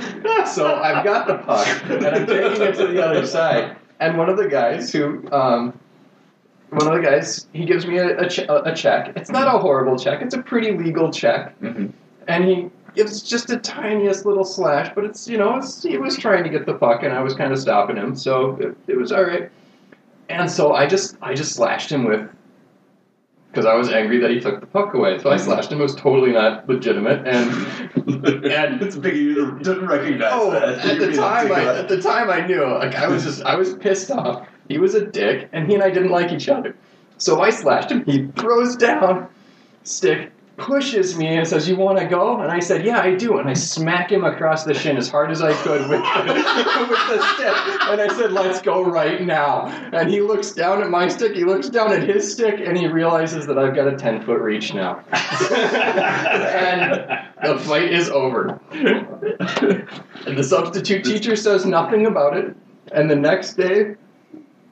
[SPEAKER 2] so I've got the puck and I'm taking it to the other side. And one of the guys who, um, one of the guys, he gives me a, a, che- a check. It's not a horrible check. It's a pretty legal check.
[SPEAKER 5] Mhm.
[SPEAKER 2] And he gives just a tiniest little slash, but it's you know it's, he was trying to get the puck, and I was kind of stopping him, so it, it was all right. And so I just I just slashed him with. Because I was angry that he took the puck away, so I slashed him. It was totally not legitimate, and and
[SPEAKER 5] it's big. You didn't recognize
[SPEAKER 2] Oh,
[SPEAKER 5] that.
[SPEAKER 2] at
[SPEAKER 5] You're
[SPEAKER 2] the
[SPEAKER 5] being a
[SPEAKER 2] time,
[SPEAKER 5] dick
[SPEAKER 2] I,
[SPEAKER 5] about
[SPEAKER 2] at the time I knew. Like I was just, I was pissed off. He was a dick, and he and I didn't like each other. So I slashed him. He throws down stick, pushes me, and says, "You want to go?" And I said, "Yeah, I do." And I smack him across the shin as hard as I could with the, with the stick. And I said, "Let's go right now." And he looks down at my stick. He looks down at his stick, and he realizes that I've got a ten foot reach now. and the fight is over. and the substitute teacher says nothing about it. And the next day,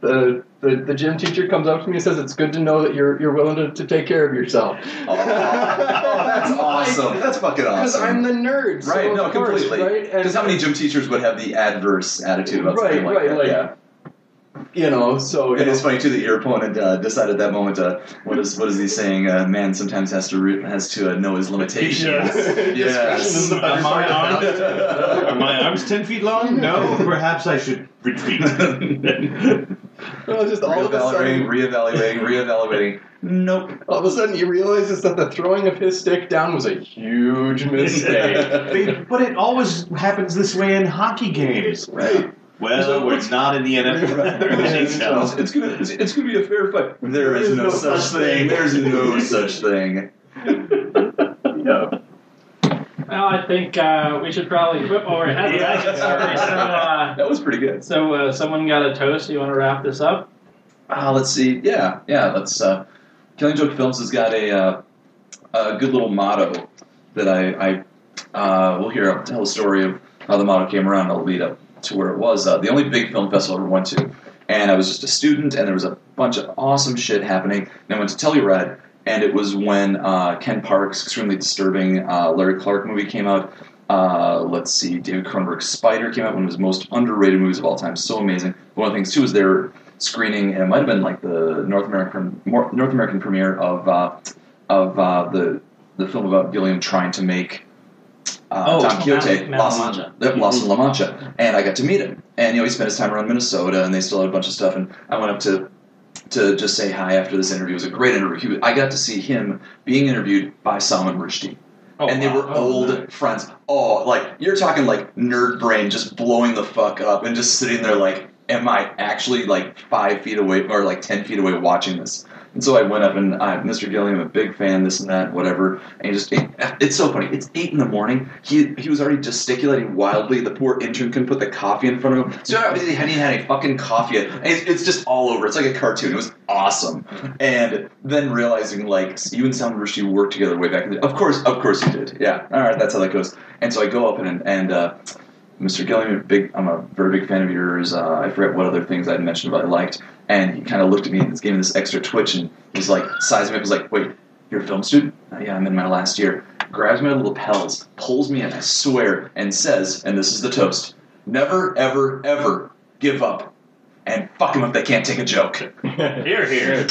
[SPEAKER 2] the, the, the gym teacher comes up to me and says, It's good to know that you're, you're willing to, to take care of yourself.
[SPEAKER 5] Oh, that's
[SPEAKER 2] Like,
[SPEAKER 5] awesome. That's fucking
[SPEAKER 2] Because
[SPEAKER 5] awesome.
[SPEAKER 2] I'm the nerd. so
[SPEAKER 5] right,
[SPEAKER 2] of
[SPEAKER 5] no,
[SPEAKER 2] course,
[SPEAKER 5] completely.
[SPEAKER 2] Right? And-
[SPEAKER 5] Because how many gym teachers would have the adverse attitude about
[SPEAKER 2] Right,
[SPEAKER 5] something like
[SPEAKER 2] right,
[SPEAKER 5] that?
[SPEAKER 2] like-
[SPEAKER 5] yeah.
[SPEAKER 2] You know, so.
[SPEAKER 5] And it's funny too that your opponent uh, decided at that moment to what is what is he saying? Uh, man sometimes has to re- has to uh, know his limitations. Yes.
[SPEAKER 1] Am I armed? Are
[SPEAKER 5] Yes.
[SPEAKER 1] my arms ten feet long? No. Perhaps I should retreat.
[SPEAKER 2] It was just all of a
[SPEAKER 5] reevaluating,
[SPEAKER 2] sudden,
[SPEAKER 5] reevaluating, reevaluating. Nope.
[SPEAKER 2] all of a sudden, he realizes that the throwing of his stick down was a huge mistake.
[SPEAKER 1] They- but it always happens this way in hockey games.
[SPEAKER 5] right.
[SPEAKER 1] Well,
[SPEAKER 5] So
[SPEAKER 1] we're
[SPEAKER 5] what's-
[SPEAKER 1] not in the NFL. We're in the
[SPEAKER 5] It's,
[SPEAKER 1] NHL.
[SPEAKER 5] it's gonna it's, it's gonna be a fair fight. There is no such thing. There's no such thing.
[SPEAKER 3] Well, I think uh, we should probably quit while we're ahead of
[SPEAKER 1] Yeah.
[SPEAKER 3] that story. So, uh,
[SPEAKER 5] That was pretty good.
[SPEAKER 3] so uh, someone got a toast. You want to wrap this up?
[SPEAKER 5] Ah, let's see. Yeah, yeah. Let's. Uh, Killing Joke Films has got a, uh, a good little motto that I, I uh, will hear. I'll tell the story of how the motto came around. and I'll lead up to where it was. Uh, the only big film festival I ever went to, and I was just a student, and there was a bunch of awesome shit happening. And I went to Telluride, and it was when uh, Ken Park's extremely disturbing uh, Larry Clark movie came out. Uh, let's see, David Cronenberg's Spider came out, one of his most underrated movies of all time. So amazing. One of the things too is there screening, and it might have been like the North American more- North American premiere of uh, of uh, the the film about Gilliam trying to make uh,
[SPEAKER 3] Oh,
[SPEAKER 5] Don Quixote
[SPEAKER 3] Mal- Mal-
[SPEAKER 5] Lost,
[SPEAKER 3] La Mancha.
[SPEAKER 5] that Lost in La Mancha, and I got to meet him. And you know, he spent his time around Minnesota, and they still had a bunch of stuff. And I went up to to just say hi after this interview. It was a great interview. He was- I got to see him being interviewed by Salman Rushdie and they were old friends. Oh, like you're talking like nerd brain just blowing the fuck up and just sitting there like, am I actually like five feet away or like ten feet away watching this? And so I went up and I, Mr. Gilliam, a big fan, this and that, whatever. And he just, it, it's so funny. It's eight in the morning. He he was already gesticulating wildly. The poor intern couldn't put the coffee in front of him. So he hadn't even had any fucking coffee yet. And it's, it's just all over. It's like a cartoon. It was awesome. And then realizing like you and Salman Rushdie worked together way back in the Of course, of course you did. Yeah. All right, that's how that goes. And so I go up and and uh, Mr. Gilliam, you're big, I'm a very big fan of yours. Uh, I forget what other things I'd mentioned, but I liked. And he kind of looked at me and gave me this extra twitch and was like, sized me up, was like, wait, you're a film student? Uh, yeah, I'm in my last year. Grabs me by the lapels, pulls me in, I swear, and says, and this is the toast, never, ever, ever give up and fuck them if they can't take a joke.
[SPEAKER 1] Here, here.